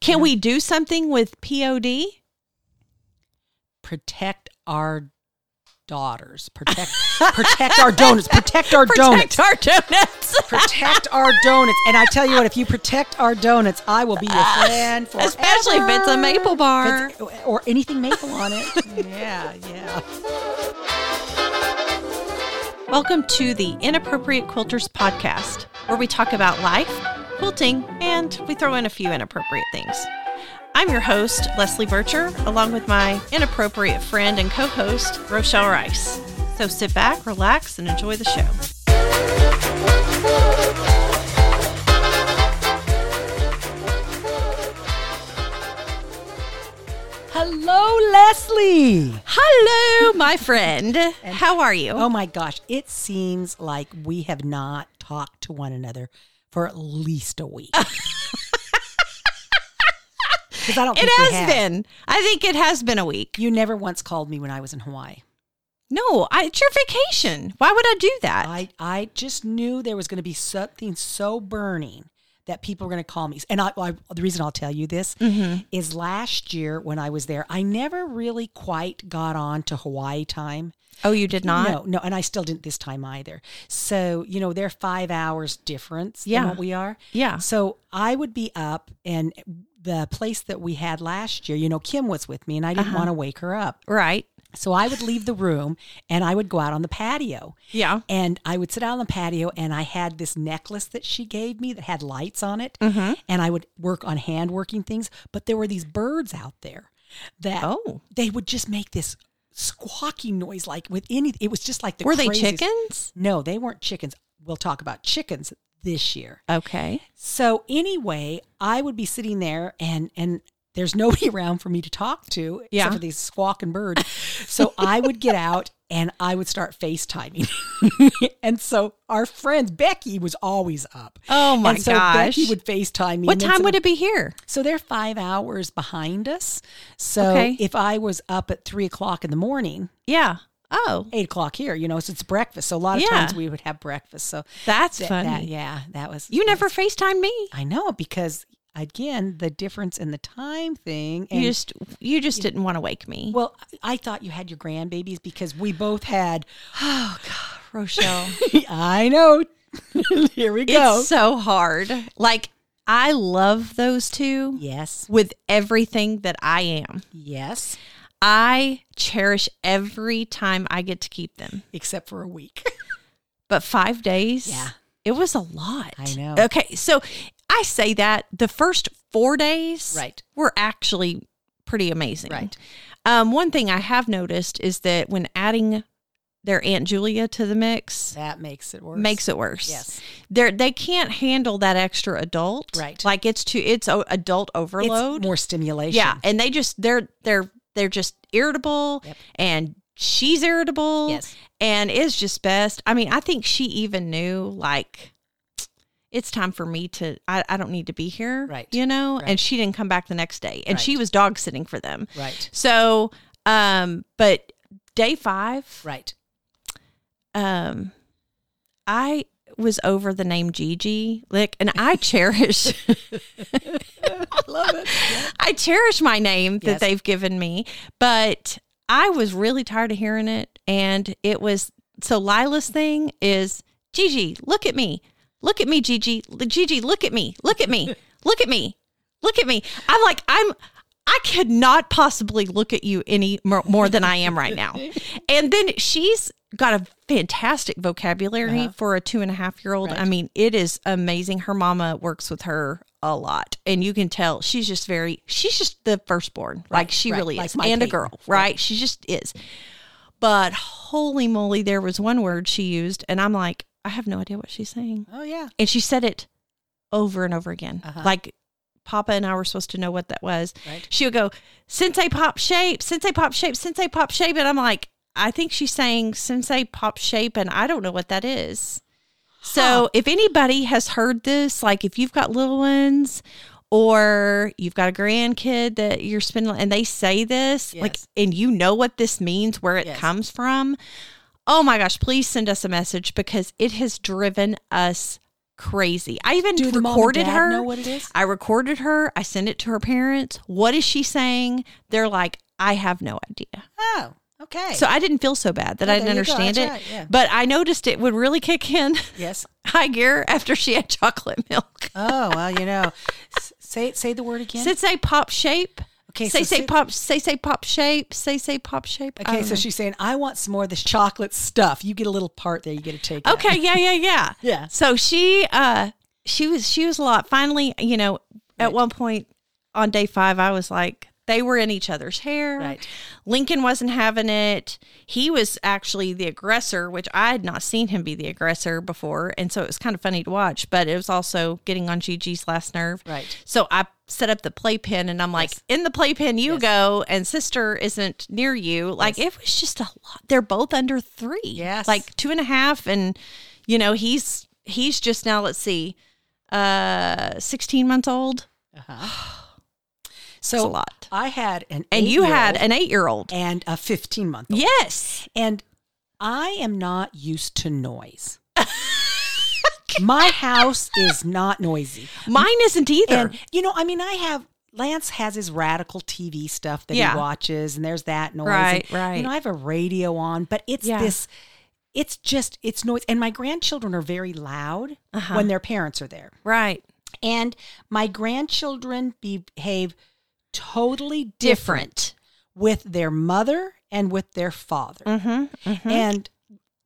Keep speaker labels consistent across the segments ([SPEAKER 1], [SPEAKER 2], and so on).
[SPEAKER 1] Can we do something with POD?
[SPEAKER 2] protect our daughters. Protect protect our donuts. Protect our donuts.
[SPEAKER 1] Protect our donuts.
[SPEAKER 2] Protect our donuts. And I tell you what, if you protect our donuts, I will be your friend
[SPEAKER 1] Ah,
[SPEAKER 2] forever.
[SPEAKER 1] Especially if it's a maple bar.
[SPEAKER 2] If it's- or anything maple on it. yeah, yeah.
[SPEAKER 1] Welcome to the Inappropriate Quilters podcast, where we talk about life, quilting, and we throw in a few inappropriate things. I'm your host, Leslie Bircher, along with my inappropriate friend and co host, Rochelle Rice. So sit back, relax, and enjoy the show.
[SPEAKER 2] Hello, Leslie.
[SPEAKER 1] Hello, my friend. How are you?
[SPEAKER 2] Oh my gosh, it seems like we have not talked to one another for at least a week. 'Cause I don't
[SPEAKER 1] it
[SPEAKER 2] think we
[SPEAKER 1] has
[SPEAKER 2] have.
[SPEAKER 1] been. I think it has been a week.
[SPEAKER 2] You never once called me when I was in Hawaii.
[SPEAKER 1] No, I, it's your vacation. Why would I do that?
[SPEAKER 2] I, I just knew there was going to be something so burning that people were going to call me. And I, I, the reason I'll tell you this
[SPEAKER 1] Mm-hmm.
[SPEAKER 2] is last year when I was there, I never really quite got on to Hawaii time.
[SPEAKER 1] oh, you did not?
[SPEAKER 2] No, no, and I still didn't this time either. So, you know, they're five hours difference
[SPEAKER 1] Yeah.
[SPEAKER 2] than what we are.
[SPEAKER 1] Yeah.
[SPEAKER 2] So I would be up and the place that we had last year, you know, Kim was with me and I didn't
[SPEAKER 1] Uh-huh.
[SPEAKER 2] want to wake her up.
[SPEAKER 1] Right.
[SPEAKER 2] So I would leave the room and I would go out on the patio.
[SPEAKER 1] Yeah.
[SPEAKER 2] And I would sit out on the patio and I had this necklace that she gave me that had lights on it.
[SPEAKER 1] Mm-hmm.
[SPEAKER 2] And I would work on hand working things. But there were these birds out there that
[SPEAKER 1] Oh.
[SPEAKER 2] they would just make this squawking noise like with any it was just like the
[SPEAKER 1] Were they
[SPEAKER 2] craziest-
[SPEAKER 1] chickens?
[SPEAKER 2] No, they weren't chickens. We'll talk about chickens this year.
[SPEAKER 1] Okay.
[SPEAKER 2] So anyway, I would be sitting there and and there's nobody around for me to talk to
[SPEAKER 1] Yeah.
[SPEAKER 2] except for these squawking birds. So I would get out and I would start FaceTiming. and so our friend Becky was always up.
[SPEAKER 1] Oh, my
[SPEAKER 2] and so Becky
[SPEAKER 1] gosh.
[SPEAKER 2] would FaceTime me.
[SPEAKER 1] What
[SPEAKER 2] and then
[SPEAKER 1] time
[SPEAKER 2] some-
[SPEAKER 1] would it be here?
[SPEAKER 2] so they're five hours behind us. So
[SPEAKER 1] Okay.
[SPEAKER 2] if I was up at three o'clock in the morning,
[SPEAKER 1] Yeah. Oh,
[SPEAKER 2] eight o'clock here, you know, so it's breakfast. So a lot of
[SPEAKER 1] Yeah.
[SPEAKER 2] times we would have breakfast. So
[SPEAKER 1] that's
[SPEAKER 2] th-
[SPEAKER 1] funny.
[SPEAKER 2] that- yeah, that was
[SPEAKER 1] You never FaceTime me.
[SPEAKER 2] I know because again, the difference in the time thing. And,
[SPEAKER 1] You just you just didn't want to wake me.
[SPEAKER 2] well, I thought you had your grandbabies because we both had.
[SPEAKER 1] oh, Rochelle,
[SPEAKER 2] I know. here we go.
[SPEAKER 1] it's so hard. Like I love those two
[SPEAKER 2] yes.
[SPEAKER 1] with everything that I am.
[SPEAKER 2] Yes.
[SPEAKER 1] I cherish every time I get to keep them.
[SPEAKER 2] Except for a week.
[SPEAKER 1] But 5 days?
[SPEAKER 2] Yeah.
[SPEAKER 1] It was a lot.
[SPEAKER 2] I know.
[SPEAKER 1] Okay, so I say that the first 4 days
[SPEAKER 2] Right.
[SPEAKER 1] were actually pretty amazing.
[SPEAKER 2] Right.
[SPEAKER 1] Um, one thing I have noticed is that when adding their Aunt Julia to the mix
[SPEAKER 2] that makes it worse.
[SPEAKER 1] makes it worse.
[SPEAKER 2] Yes.
[SPEAKER 1] They're, they can't handle that extra adult.
[SPEAKER 2] Right.
[SPEAKER 1] Like it's too, it's o- adult
[SPEAKER 2] It's
[SPEAKER 1] overload.
[SPEAKER 2] more stimulation.
[SPEAKER 1] yeah. And they just, they're, they're, they're just irritable
[SPEAKER 2] Yep.
[SPEAKER 1] and she's irritable.
[SPEAKER 2] Yes.
[SPEAKER 1] And it's just best. I mean, I think she even knew like, it's time for me to, I, I don't need to be here.
[SPEAKER 2] Right.
[SPEAKER 1] You know?
[SPEAKER 2] Right.
[SPEAKER 1] And she didn't come back the next day. And she
[SPEAKER 2] Right.
[SPEAKER 1] was dog sitting for them.
[SPEAKER 2] Right.
[SPEAKER 1] So, um, but day five,
[SPEAKER 2] Right.
[SPEAKER 1] um, I was over the name Gigi, like, and I cherish,
[SPEAKER 2] I love it.
[SPEAKER 1] I cherish my name that
[SPEAKER 2] Yes.
[SPEAKER 1] they've given me. But I was really tired of hearing it, and it was so. Lila's thing is Gigi, look at me, look at me, Gigi, L- Gigi, look at me, look at me, look at me, look at me. I'm like I'm. I could not possibly look at you any more, more than I am right now. And then she's got a fantastic vocabulary for a two and a half year old. I mean, it is amazing. Her mama works with her a lot, and you can tell she's just very, she's just the firstborn. like she
[SPEAKER 2] right,
[SPEAKER 1] really
[SPEAKER 2] like
[SPEAKER 1] is.
[SPEAKER 2] my
[SPEAKER 1] and a
[SPEAKER 2] Peyton.
[SPEAKER 1] girl, right? She just is. But holy moly, there was one word she used, and I'm like, I have no idea what she's saying.
[SPEAKER 2] Oh, yeah.
[SPEAKER 1] And she said it over and over again. Like Papa and I were supposed to know what that was.
[SPEAKER 2] Uh-huh. Right.
[SPEAKER 1] She would go, Sensei pop shape, Sensei pop shape, Sensei pop shape. And I'm like, I think she's saying Sensei pop shape, and I don't know what that is. So if anybody has heard this, like if you've got little ones, or you've got a grandkid that you're spending, and they say this, like,
[SPEAKER 2] Yes.
[SPEAKER 1] and you know what this means, where it
[SPEAKER 2] Yes.
[SPEAKER 1] comes from. Oh my gosh, please send us a message because it has driven us crazy. I even
[SPEAKER 2] Do the mom and
[SPEAKER 1] recorded
[SPEAKER 2] dad
[SPEAKER 1] her.
[SPEAKER 2] know what it is?
[SPEAKER 1] I recorded her. I sent it to her parents. What is she saying? They're like, I have no idea.
[SPEAKER 2] Oh, okay.
[SPEAKER 1] So I didn't feel so bad that
[SPEAKER 2] Well,
[SPEAKER 1] I didn't
[SPEAKER 2] there you go.
[SPEAKER 1] understand it.
[SPEAKER 2] That's right. Yeah.
[SPEAKER 1] But I noticed it would really kick in
[SPEAKER 2] yes.
[SPEAKER 1] high gear after she had chocolate milk.
[SPEAKER 2] Oh well, you know, S- say say the word again.
[SPEAKER 1] Say say pop shape.
[SPEAKER 2] Okay,
[SPEAKER 1] Say
[SPEAKER 2] so
[SPEAKER 1] say
[SPEAKER 2] sit-
[SPEAKER 1] pop. Say say pop shape. Say say pop shape. I
[SPEAKER 2] okay,
[SPEAKER 1] don't
[SPEAKER 2] so she's saying, "I want some more of this chocolate stuff." You get a little part there. You get to take.
[SPEAKER 1] know. okay. Yeah. Yeah. Yeah.
[SPEAKER 2] Yeah.
[SPEAKER 1] So she uh she was she was a lot. Finally, you know, at one point on day five, I was like, they were in each other's hair.
[SPEAKER 2] Right.
[SPEAKER 1] Lincoln wasn't having it. He was actually the aggressor, which I had not seen him be the aggressor before, and so it was kind of funny to watch. But it was also getting on Gigi's last nerve.
[SPEAKER 2] Right.
[SPEAKER 1] So I set up the playpen, and I'm like, in the playpen you go, and sister isn't near you. Like it was just a lot. They're both under three.
[SPEAKER 2] Yes.
[SPEAKER 1] Like two and a half and you know he's he's just now let's see uh 16 months old
[SPEAKER 2] So
[SPEAKER 1] That's a lot.
[SPEAKER 2] I had an
[SPEAKER 1] and you had
[SPEAKER 2] Uh-huh. eight-year-old
[SPEAKER 1] an eight-year-old
[SPEAKER 2] and a fifteen month old,
[SPEAKER 1] yes
[SPEAKER 2] and I am not used to noise. My house is not noisy.
[SPEAKER 1] mine isn't either
[SPEAKER 2] And you know, I mean, I have Lance has his radical TV stuff that
[SPEAKER 1] Yeah.
[SPEAKER 2] he watches, and there's that noise.
[SPEAKER 1] Right,
[SPEAKER 2] And,
[SPEAKER 1] right.
[SPEAKER 2] You know, I have a radio on, but it's
[SPEAKER 1] Yeah.
[SPEAKER 2] this. It's just it's noise, and my grandchildren are very loud
[SPEAKER 1] Uh-huh.
[SPEAKER 2] when their parents are there,
[SPEAKER 1] right
[SPEAKER 2] and my grandchildren behave totally different
[SPEAKER 1] different
[SPEAKER 2] with their mother and with their father.
[SPEAKER 1] Mm-hmm,
[SPEAKER 2] And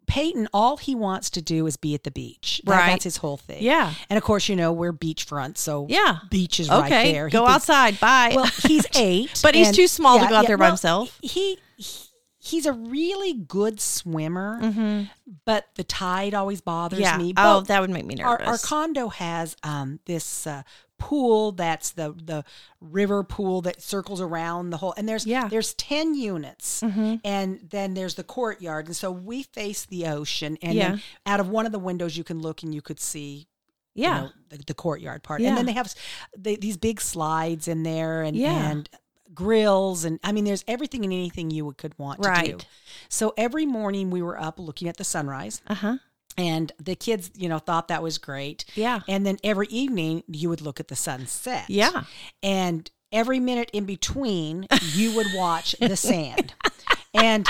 [SPEAKER 2] Peyton, all he wants to do is be at the beach. That-
[SPEAKER 1] Right.
[SPEAKER 2] That's his whole thing.
[SPEAKER 1] Yeah.
[SPEAKER 2] And of course, you know, we're beachfront, so
[SPEAKER 1] Yeah.
[SPEAKER 2] beach is right
[SPEAKER 1] okay
[SPEAKER 2] there. He
[SPEAKER 1] go
[SPEAKER 2] thinks-
[SPEAKER 1] outside bye
[SPEAKER 2] Well, he's eight.
[SPEAKER 1] But he's
[SPEAKER 2] and-
[SPEAKER 1] too small to go out there by himself.
[SPEAKER 2] He, he he's a really good swimmer, but the tide always bothers
[SPEAKER 1] Mm-hmm. yeah
[SPEAKER 2] me.
[SPEAKER 1] oh
[SPEAKER 2] But
[SPEAKER 1] that would make me
[SPEAKER 2] our,
[SPEAKER 1] nervous
[SPEAKER 2] our condo has um, this uh, pool that's the the river pool that circles around the whole and there's
[SPEAKER 1] Yeah. Mm-hmm.
[SPEAKER 2] there's 10 units and then there's the courtyard and so we face the ocean and then out of one of the windows you can look and you could see you
[SPEAKER 1] yeah
[SPEAKER 2] know, the, the courtyard part
[SPEAKER 1] Yeah.
[SPEAKER 2] and then they have they, these big slides in there and
[SPEAKER 1] Yeah.
[SPEAKER 2] and grills and i mean there's everything and anything you would, could want to do
[SPEAKER 1] Right.
[SPEAKER 2] so every morning we were up looking at the sunrise
[SPEAKER 1] uh-huh
[SPEAKER 2] and the kids you know thought that was great
[SPEAKER 1] Yeah.
[SPEAKER 2] and then every evening you would look at the sunset
[SPEAKER 1] Yeah.
[SPEAKER 2] and every minute in between you would watch the sand and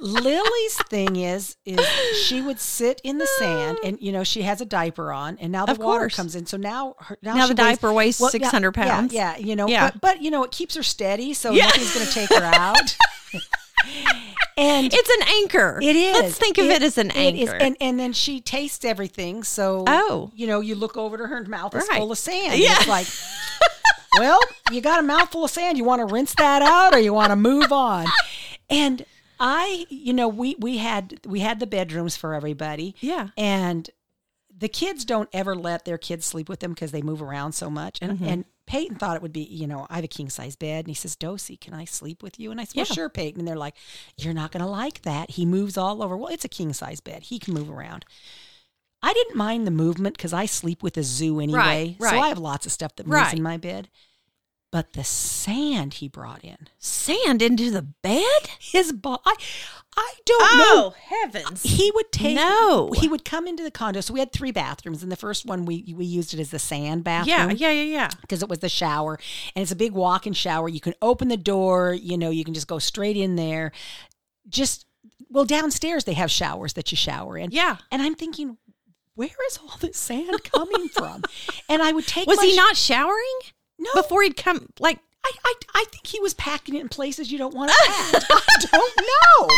[SPEAKER 2] lily's thing is is she would sit in the sand and you know she has a diaper on and now the
[SPEAKER 1] Of
[SPEAKER 2] water
[SPEAKER 1] course.
[SPEAKER 2] comes in so now her,
[SPEAKER 1] Now
[SPEAKER 2] she
[SPEAKER 1] the diaper weighs
[SPEAKER 2] yeah,
[SPEAKER 1] 600
[SPEAKER 2] yeah,
[SPEAKER 1] pounds.
[SPEAKER 2] yeah, you know
[SPEAKER 1] Yeah.
[SPEAKER 2] But, but you know it keeps her steady so
[SPEAKER 1] Yeah.
[SPEAKER 2] nothing's going to take her out and
[SPEAKER 1] it's an anchor
[SPEAKER 2] it is.
[SPEAKER 1] let's think of it, as an
[SPEAKER 2] it is.
[SPEAKER 1] anchor
[SPEAKER 2] And and then she tastes everything. So
[SPEAKER 1] Oh.
[SPEAKER 2] you know, you look over to her and mouth is
[SPEAKER 1] Right.
[SPEAKER 2] full of sand.
[SPEAKER 1] Yeah.
[SPEAKER 2] It's like, well, you got a mouthful of sand. You want to rinse that out, or you want to move on? And I, you know, we we had we had the bedrooms for everybody.
[SPEAKER 1] Yeah.
[SPEAKER 2] and the kids don't ever let their kids sleep with them because they move around so much. And
[SPEAKER 1] Mm-hmm.
[SPEAKER 2] and Peyton thought it would be, you know, I have a king size bed, and he says, "Dosie, can I sleep with you?" And I said, "Well,
[SPEAKER 1] Yeah.
[SPEAKER 2] sure, Peyton." And they're like, "You're not going to like that. He moves all over. Well, it's a king size bed. He can move around." I didn't mind the movement because I sleep with a zoo anyway, so
[SPEAKER 1] right.
[SPEAKER 2] I have lots of stuff that moves
[SPEAKER 1] Right.
[SPEAKER 2] in my bed. But the sand he brought in,
[SPEAKER 1] sand into the bed Oh,
[SPEAKER 2] his ball, I, I don't know
[SPEAKER 1] heavens
[SPEAKER 2] he would take
[SPEAKER 1] No.
[SPEAKER 2] he would come into the condo so we had three bathrooms and the first one we we used it as the sand
[SPEAKER 1] yeah
[SPEAKER 2] bathroom
[SPEAKER 1] yeah yeah yeah
[SPEAKER 2] because it was the shower and it's a big walk-in shower you can open the door you know you can just go straight in there just well downstairs they have showers that you shower in
[SPEAKER 1] Yeah.
[SPEAKER 2] and i'm thinking where is all this sand coming from and i would take
[SPEAKER 1] was
[SPEAKER 2] my
[SPEAKER 1] he
[SPEAKER 2] sh-
[SPEAKER 1] not showering
[SPEAKER 2] no
[SPEAKER 1] before he'd come like
[SPEAKER 2] I, I i think he was packing it in places you don't want to pack i don't know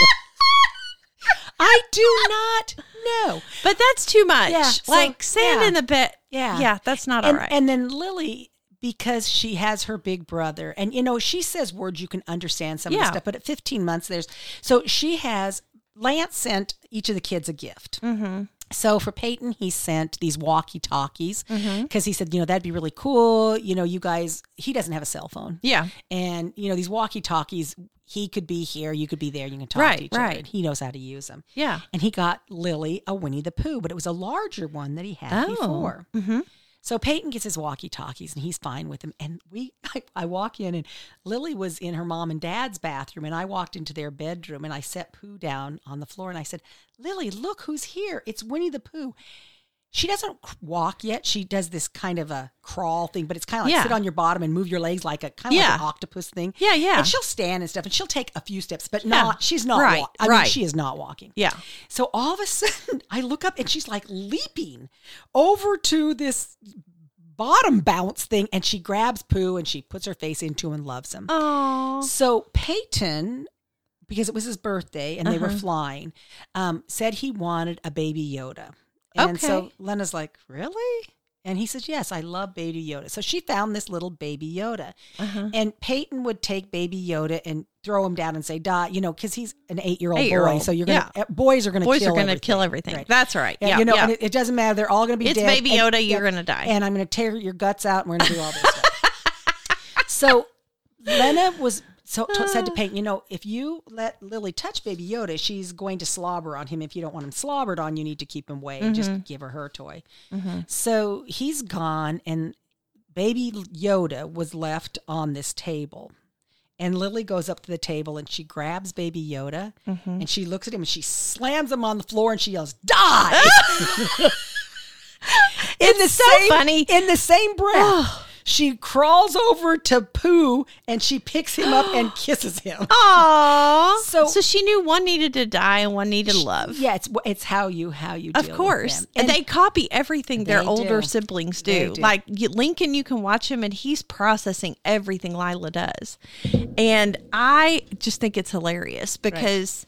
[SPEAKER 2] i do not know
[SPEAKER 1] But that's too much.
[SPEAKER 2] Yeah, so-
[SPEAKER 1] like sand
[SPEAKER 2] yeah.
[SPEAKER 1] in the bed.
[SPEAKER 2] Yeah.
[SPEAKER 1] Yeah, that's not
[SPEAKER 2] and,
[SPEAKER 1] all right.
[SPEAKER 2] and then Lily, because she has her big brother, and you know, she says words you can understand some of
[SPEAKER 1] Yeah.
[SPEAKER 2] the stuff, but at 15 months, there's so she has Lance sent each of the kids a gift. Mm-hmm. So for Peyton, he sent these walkie talkies because
[SPEAKER 1] Mm-hmm.
[SPEAKER 2] he said, you know, that'd be really cool. You know, you guys, he doesn't have a cell phone.
[SPEAKER 1] yeah.
[SPEAKER 2] And, you know, these walkie talkies, he could be here, you could be there, you can talk
[SPEAKER 1] Right,
[SPEAKER 2] to each
[SPEAKER 1] right.
[SPEAKER 2] other. And he knows how to use them.
[SPEAKER 1] Yeah.
[SPEAKER 2] And he got Lily a Winnie the Pooh, but it was a larger one that he had
[SPEAKER 1] Oh.
[SPEAKER 2] before. So Peyton gets his walkie talkies and he's fine with them. And we, I, I walk in and Lily was in her mom and dad's bathroom, and I walked into their bedroom and I set Pooh down on the floor and I said, "Lily, look who's here! It's Winnie the Pooh." she doesn't c- walk yet. She does this kind of a crawl thing, but it's kind of like
[SPEAKER 1] Yeah.
[SPEAKER 2] sit on your bottom and move your legs like a kind of like an
[SPEAKER 1] Yeah.
[SPEAKER 2] octopus thing.
[SPEAKER 1] Yeah, yeah.
[SPEAKER 2] And she'll stand and stuff, and she'll take a few steps, but not. She's not.
[SPEAKER 1] Right,
[SPEAKER 2] walk- I mean,
[SPEAKER 1] right.
[SPEAKER 2] she is not walking.
[SPEAKER 1] Yeah.
[SPEAKER 2] So all of a sudden, I look up and she's like leaping over to this bottom bounce thing, and she grabs Pooh and she puts her face into him and loves him.
[SPEAKER 1] Oh.
[SPEAKER 2] So Peyton, because it was his birthday and they
[SPEAKER 1] Uh-huh.
[SPEAKER 2] were flying, um, said he wanted a baby Yoda. And so
[SPEAKER 1] Okay.
[SPEAKER 2] Lena's like, Really? And he says, Yes, I love baby Yoda. So she found this little baby Yoda.
[SPEAKER 1] Uh-huh.
[SPEAKER 2] And Peyton would take baby Yoda and throw him down and say, "Da," you know, because he's an eight-year-old boy.
[SPEAKER 1] Eight-year-old,
[SPEAKER 2] So you're gonna eh, boys are gonna
[SPEAKER 1] Boys
[SPEAKER 2] kill
[SPEAKER 1] are going to
[SPEAKER 2] everything.
[SPEAKER 1] kill everything.
[SPEAKER 2] Right.
[SPEAKER 1] That's right.
[SPEAKER 2] And,
[SPEAKER 1] Yeah.
[SPEAKER 2] you know,
[SPEAKER 1] yeah.
[SPEAKER 2] and it, it doesn't matter. They're all gonna be
[SPEAKER 1] it's
[SPEAKER 2] dead.
[SPEAKER 1] Baby
[SPEAKER 2] and-
[SPEAKER 1] Yoda. you're
[SPEAKER 2] yeah,
[SPEAKER 1] going to die.
[SPEAKER 2] and I'm going to tear your guts out. And we're going to do all this stuff. so Lena was so t- said to Peyton, you know, if you let Lily touch Baby Yoda, she's going to slobber on him. If you don't want him slobbered on, you need to keep him away
[SPEAKER 1] Mm-hmm.
[SPEAKER 2] and just give her her toy. So he's gone, and Baby Yoda was left on this table. And Lily goes up to the table and she grabs Baby Yoda
[SPEAKER 1] Mm-hmm.
[SPEAKER 2] and she looks at him and she slams him on the floor and she yells, "Die!" in the
[SPEAKER 1] so
[SPEAKER 2] same
[SPEAKER 1] funny.
[SPEAKER 2] in the same breath. she crawls over to Pooh and she picks him up and kisses him.
[SPEAKER 1] Aww.
[SPEAKER 2] So-
[SPEAKER 1] So, she knew one needed to die and one needed love.
[SPEAKER 2] Yeah, it's it's how you how you
[SPEAKER 1] Of
[SPEAKER 2] deal with
[SPEAKER 1] course.
[SPEAKER 2] them.
[SPEAKER 1] And they copy everything their
[SPEAKER 2] They
[SPEAKER 1] older
[SPEAKER 2] do.
[SPEAKER 1] siblings
[SPEAKER 2] They
[SPEAKER 1] do.
[SPEAKER 2] do.
[SPEAKER 1] Like you, Lincoln, you can watch him and he's processing everything Lila does. And I just think it's hilarious because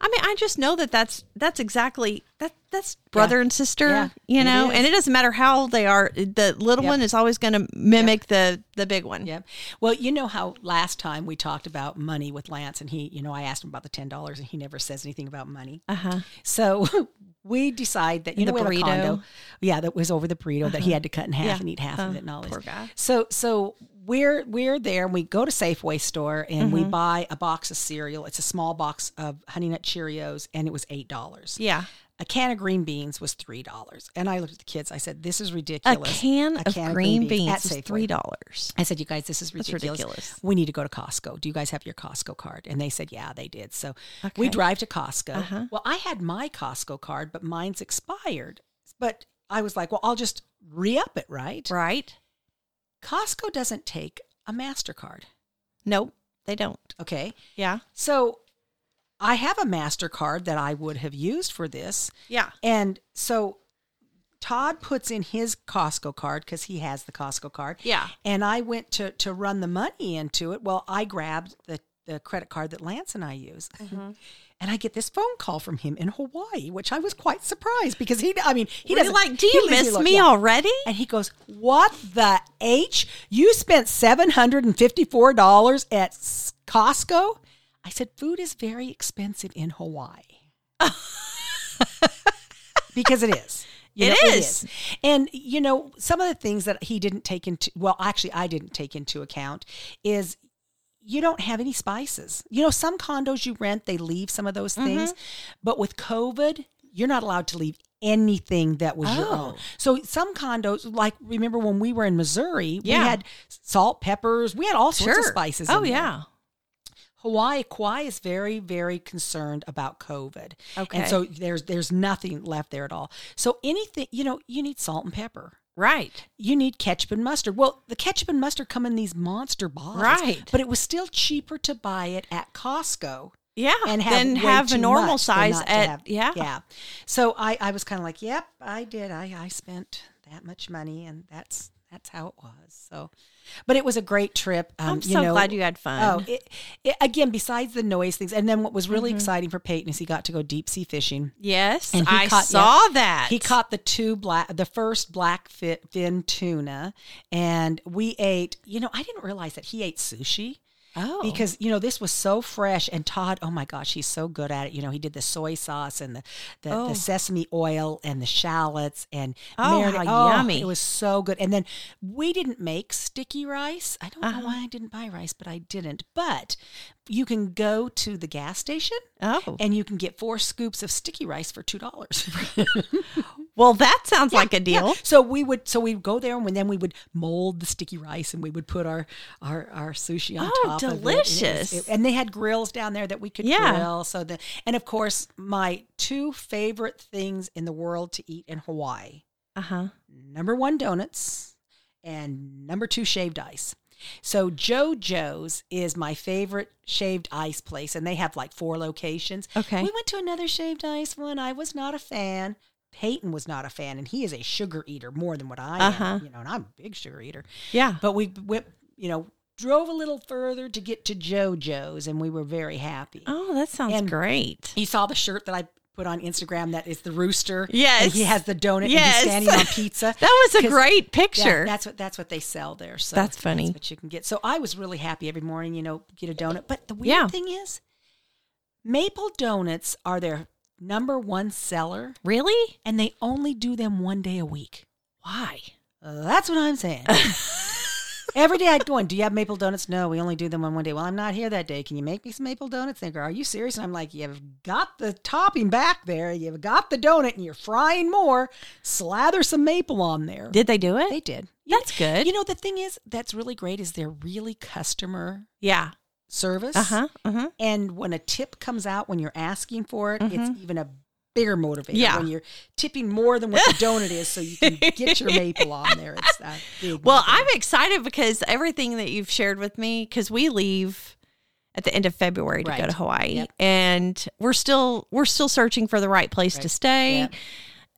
[SPEAKER 1] I mean, I just know that that's that's exactly that that's brother and sister,
[SPEAKER 2] Yeah,
[SPEAKER 1] you
[SPEAKER 2] it
[SPEAKER 1] know.
[SPEAKER 2] is.
[SPEAKER 1] and it doesn't matter how old they are, the little
[SPEAKER 2] Yep.
[SPEAKER 1] one is always going to mimic the the big one.
[SPEAKER 2] Yep. Well, you know how last time we talked about money with Lance, and he, you know, I asked him about the ten dollars, and he never says anything about money. Uh huh. So we decide that you know
[SPEAKER 1] Uh-huh. The
[SPEAKER 2] we have a
[SPEAKER 1] burrito. Uh-huh.
[SPEAKER 2] condo, yeah, that was over the burrito that he had to cut in half and eat half of it and all this.
[SPEAKER 1] poor guy.
[SPEAKER 2] So so we're we're there, and we go to Safeway store, and
[SPEAKER 1] Mm-hmm.
[SPEAKER 2] we buy a box of cereal. It's a small box of Honey Nut Cheerios, and it was eight dollars.
[SPEAKER 1] Yeah.
[SPEAKER 2] A can of green beans was three dollars, and I looked at the kids. I said, "This is
[SPEAKER 1] A
[SPEAKER 2] ridiculous."
[SPEAKER 1] can, of green
[SPEAKER 2] at
[SPEAKER 1] beans, is
[SPEAKER 2] Safeway.
[SPEAKER 1] $3.
[SPEAKER 2] I said, "You guys, this is ridiculous.
[SPEAKER 1] ridiculous.
[SPEAKER 2] We need to go to Costco. Do you guys have your Costco card?" And they said, "Yeah, they did." So we drive to Costco. Well, I had my Costco card, but mine's expired. But I was like, "Well, I'll just re-up it, right?"
[SPEAKER 1] Right?
[SPEAKER 2] Costco doesn't take a Mastercard.
[SPEAKER 1] Nope. They don't.
[SPEAKER 2] Okay,
[SPEAKER 1] Yeah.
[SPEAKER 2] so I have a Mastercard that I would have used for this,
[SPEAKER 1] Yeah.
[SPEAKER 2] and so Todd puts in his Costco card because he has the Costco card.
[SPEAKER 1] Yeah.
[SPEAKER 2] And I went to to run the money into it. Well, I grabbed the the credit card that Lance and I use.
[SPEAKER 1] Mm-hmm.
[SPEAKER 2] And I get this phone call from him in Hawaii, which I was quite surprised because he, I mean, he
[SPEAKER 1] Were you
[SPEAKER 2] doesn't
[SPEAKER 1] like, do
[SPEAKER 2] he
[SPEAKER 1] you
[SPEAKER 2] leaves
[SPEAKER 1] miss
[SPEAKER 2] alone."
[SPEAKER 1] me
[SPEAKER 2] Yeah.
[SPEAKER 1] already?
[SPEAKER 2] And he goes, What the H? You spent $754 at S- Costco? I said, Food is very expensive in Hawaii. because it is. You
[SPEAKER 1] It
[SPEAKER 2] know,
[SPEAKER 1] is.
[SPEAKER 2] And, you know, some of the things that he didn't take into, well, actually, I didn't take into account is you don't have any spices. You know, some condos you rent, they leave some of those things,
[SPEAKER 1] Mm-hmm.
[SPEAKER 2] but with COVID, you're not allowed to leave anything that was your own.
[SPEAKER 1] Oh.
[SPEAKER 2] So some condos, like remember when we were in Missouri,
[SPEAKER 1] Yeah.
[SPEAKER 2] we had salt, peppers, we had all sorts of spices.
[SPEAKER 1] Oh
[SPEAKER 2] in there.
[SPEAKER 1] yeah.
[SPEAKER 2] Hawaii, Kauai is very, very concerned about COVID.
[SPEAKER 1] Okay.
[SPEAKER 2] and so there's there's nothing left there at all. So anything, you know, you need salt and pepper
[SPEAKER 1] Right.
[SPEAKER 2] you need ketchup and mustard. Well, the ketchup and mustard come in these monster bottles.
[SPEAKER 1] Right.
[SPEAKER 2] But it was still cheaper to buy it at Costco
[SPEAKER 1] Yeah.
[SPEAKER 2] and have
[SPEAKER 1] then
[SPEAKER 2] way
[SPEAKER 1] have a
[SPEAKER 2] too
[SPEAKER 1] normal
[SPEAKER 2] much than
[SPEAKER 1] size
[SPEAKER 2] not to
[SPEAKER 1] at
[SPEAKER 2] have-
[SPEAKER 1] yeah.
[SPEAKER 2] Yeah. So I, I was kind of like, yep, I did. I, I spent that much money and that's that's how it was. So but it was a great trip. Um,
[SPEAKER 1] I'm
[SPEAKER 2] you
[SPEAKER 1] so
[SPEAKER 2] know,
[SPEAKER 1] glad you had fun. Mm-hmm.
[SPEAKER 2] Oh, it, it, again, besides the noise things, and then what was really exciting for Peyton is he got to go deep sea fishing.
[SPEAKER 1] yes,
[SPEAKER 2] And he
[SPEAKER 1] I
[SPEAKER 2] caught-
[SPEAKER 1] saw that.
[SPEAKER 2] He caught the two black, the first black fit, fin tuna, and we ate. You know, I didn't realize that he ate sushi
[SPEAKER 1] oh
[SPEAKER 2] because you know this was so fresh. And Todd, oh my gosh, he's so good at it. You know, he did the soy sauce and the the,
[SPEAKER 1] Oh.
[SPEAKER 2] the sesame oil and the shallots and
[SPEAKER 1] Oh,
[SPEAKER 2] marinade.
[SPEAKER 1] how yummy.
[SPEAKER 2] It was so good. And then we didn't make sticky rice. I don't
[SPEAKER 1] Uh-huh.
[SPEAKER 2] know why I didn't buy rice, but I didn't. But you can go to the gas station.
[SPEAKER 1] oh
[SPEAKER 2] And you can get four scoops of sticky rice for two dollars.
[SPEAKER 1] well that sounds like a
[SPEAKER 2] Yeah.
[SPEAKER 1] deal.
[SPEAKER 2] So we would so we'd go there and then we would mold the sticky rice and we would put our our, our sushi on
[SPEAKER 1] Oh,
[SPEAKER 2] top. of it. And it was-
[SPEAKER 1] delicious.
[SPEAKER 2] it- and they had grills down there that we could
[SPEAKER 1] Yeah.
[SPEAKER 2] grill. So the and of course my two favorite things in the world to eat in Hawaii
[SPEAKER 1] Uh huh.
[SPEAKER 2] number one donuts and number two shaved ice so jojo's is my favorite shaved ice place and they have like four locations
[SPEAKER 1] Okay.
[SPEAKER 2] we went to another shaved ice one i was not a fan peyton was not a fan and he is a sugar eater more than what i
[SPEAKER 1] Uh-huh.
[SPEAKER 2] am you know and i'm a big sugar eater
[SPEAKER 1] Yeah.
[SPEAKER 2] but we went you know drove a little further to get to jojo's and we were very happy
[SPEAKER 1] Oh, that sounds
[SPEAKER 2] And-
[SPEAKER 1] great.
[SPEAKER 2] you saw the shirt that i put on instagram that is the rooster and
[SPEAKER 1] Yes.
[SPEAKER 2] he has the donut
[SPEAKER 1] Yes.
[SPEAKER 2] and he's standing on pizza
[SPEAKER 1] That was a
[SPEAKER 2] 'Cause-
[SPEAKER 1] great
[SPEAKER 2] yeah,
[SPEAKER 1] picture.
[SPEAKER 2] that's what that's what they sell there. So
[SPEAKER 1] That's funny.
[SPEAKER 2] That's what you can get. So I was really happy every morning, you know, get a donut. But the weird
[SPEAKER 1] Yeah.
[SPEAKER 2] thing is, maple donuts are their number one seller,
[SPEAKER 1] really?
[SPEAKER 2] and they only do them one day a week.
[SPEAKER 1] Why?
[SPEAKER 2] That's what I'm saying. Every day I'd go in, do you have maple donuts? No, we only do them on one day. Well, I'm not here that day. Can you make me some maple donuts? They go, are you serious? And I'm like, you've got the topping back there. You've got the donut and you're frying more. Slather some maple on there.
[SPEAKER 1] Did they do it?
[SPEAKER 2] They did.
[SPEAKER 1] That's good.
[SPEAKER 2] You know, the thing is, that's really great is they're really customer
[SPEAKER 1] yeah.
[SPEAKER 2] service.
[SPEAKER 1] Uh huh. Uh huh.
[SPEAKER 2] And when a tip comes out when you're asking for it, it's even a bigger motivator
[SPEAKER 1] Mm-hmm. Yeah.
[SPEAKER 2] when you're tipping more than what the donut is so you can get your maple on there. It's that big
[SPEAKER 1] Well,
[SPEAKER 2] motivator.
[SPEAKER 1] I'm excited because everything that you've shared with me, because we leave at the end of February to go
[SPEAKER 2] Right.
[SPEAKER 1] to Hawaii,
[SPEAKER 2] Yep.
[SPEAKER 1] and we're still we're still searching for the right place to
[SPEAKER 2] Right.
[SPEAKER 1] stay.
[SPEAKER 2] Yep.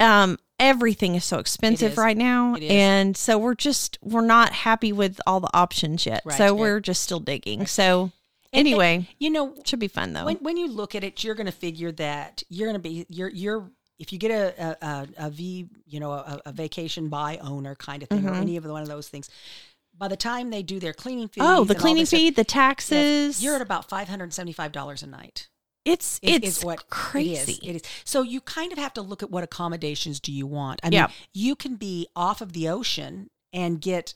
[SPEAKER 1] Um, everything is so expensive
[SPEAKER 2] is.
[SPEAKER 1] right now,
[SPEAKER 2] It is.
[SPEAKER 1] and so we're just we're not happy with all the options yet.
[SPEAKER 2] Right.
[SPEAKER 1] So
[SPEAKER 2] Yeah.
[SPEAKER 1] we're just still digging. So
[SPEAKER 2] And- and,
[SPEAKER 1] anyway,
[SPEAKER 2] you know,
[SPEAKER 1] it should be fun though. Oh,
[SPEAKER 2] when, when you look at it, you're going to figure that you're going to be you're you're if you get a a, a, a V you know a, a vacation by owner kind of thing or any of the, one of those things, by the time they do their cleaning fees,
[SPEAKER 1] Mm-hmm. oh, the
[SPEAKER 2] and all
[SPEAKER 1] cleaning
[SPEAKER 2] this stuff,
[SPEAKER 1] fee, the
[SPEAKER 2] yes,
[SPEAKER 1] taxes.
[SPEAKER 2] you're at about five hundred and seventy five dollars a night.
[SPEAKER 1] it's
[SPEAKER 2] is-
[SPEAKER 1] it's
[SPEAKER 2] is what
[SPEAKER 1] crazy.
[SPEAKER 2] It is, it is. So you kind of have to look at what accommodations do you want. I mean,
[SPEAKER 1] Yeah.
[SPEAKER 2] you can be off of the ocean and get.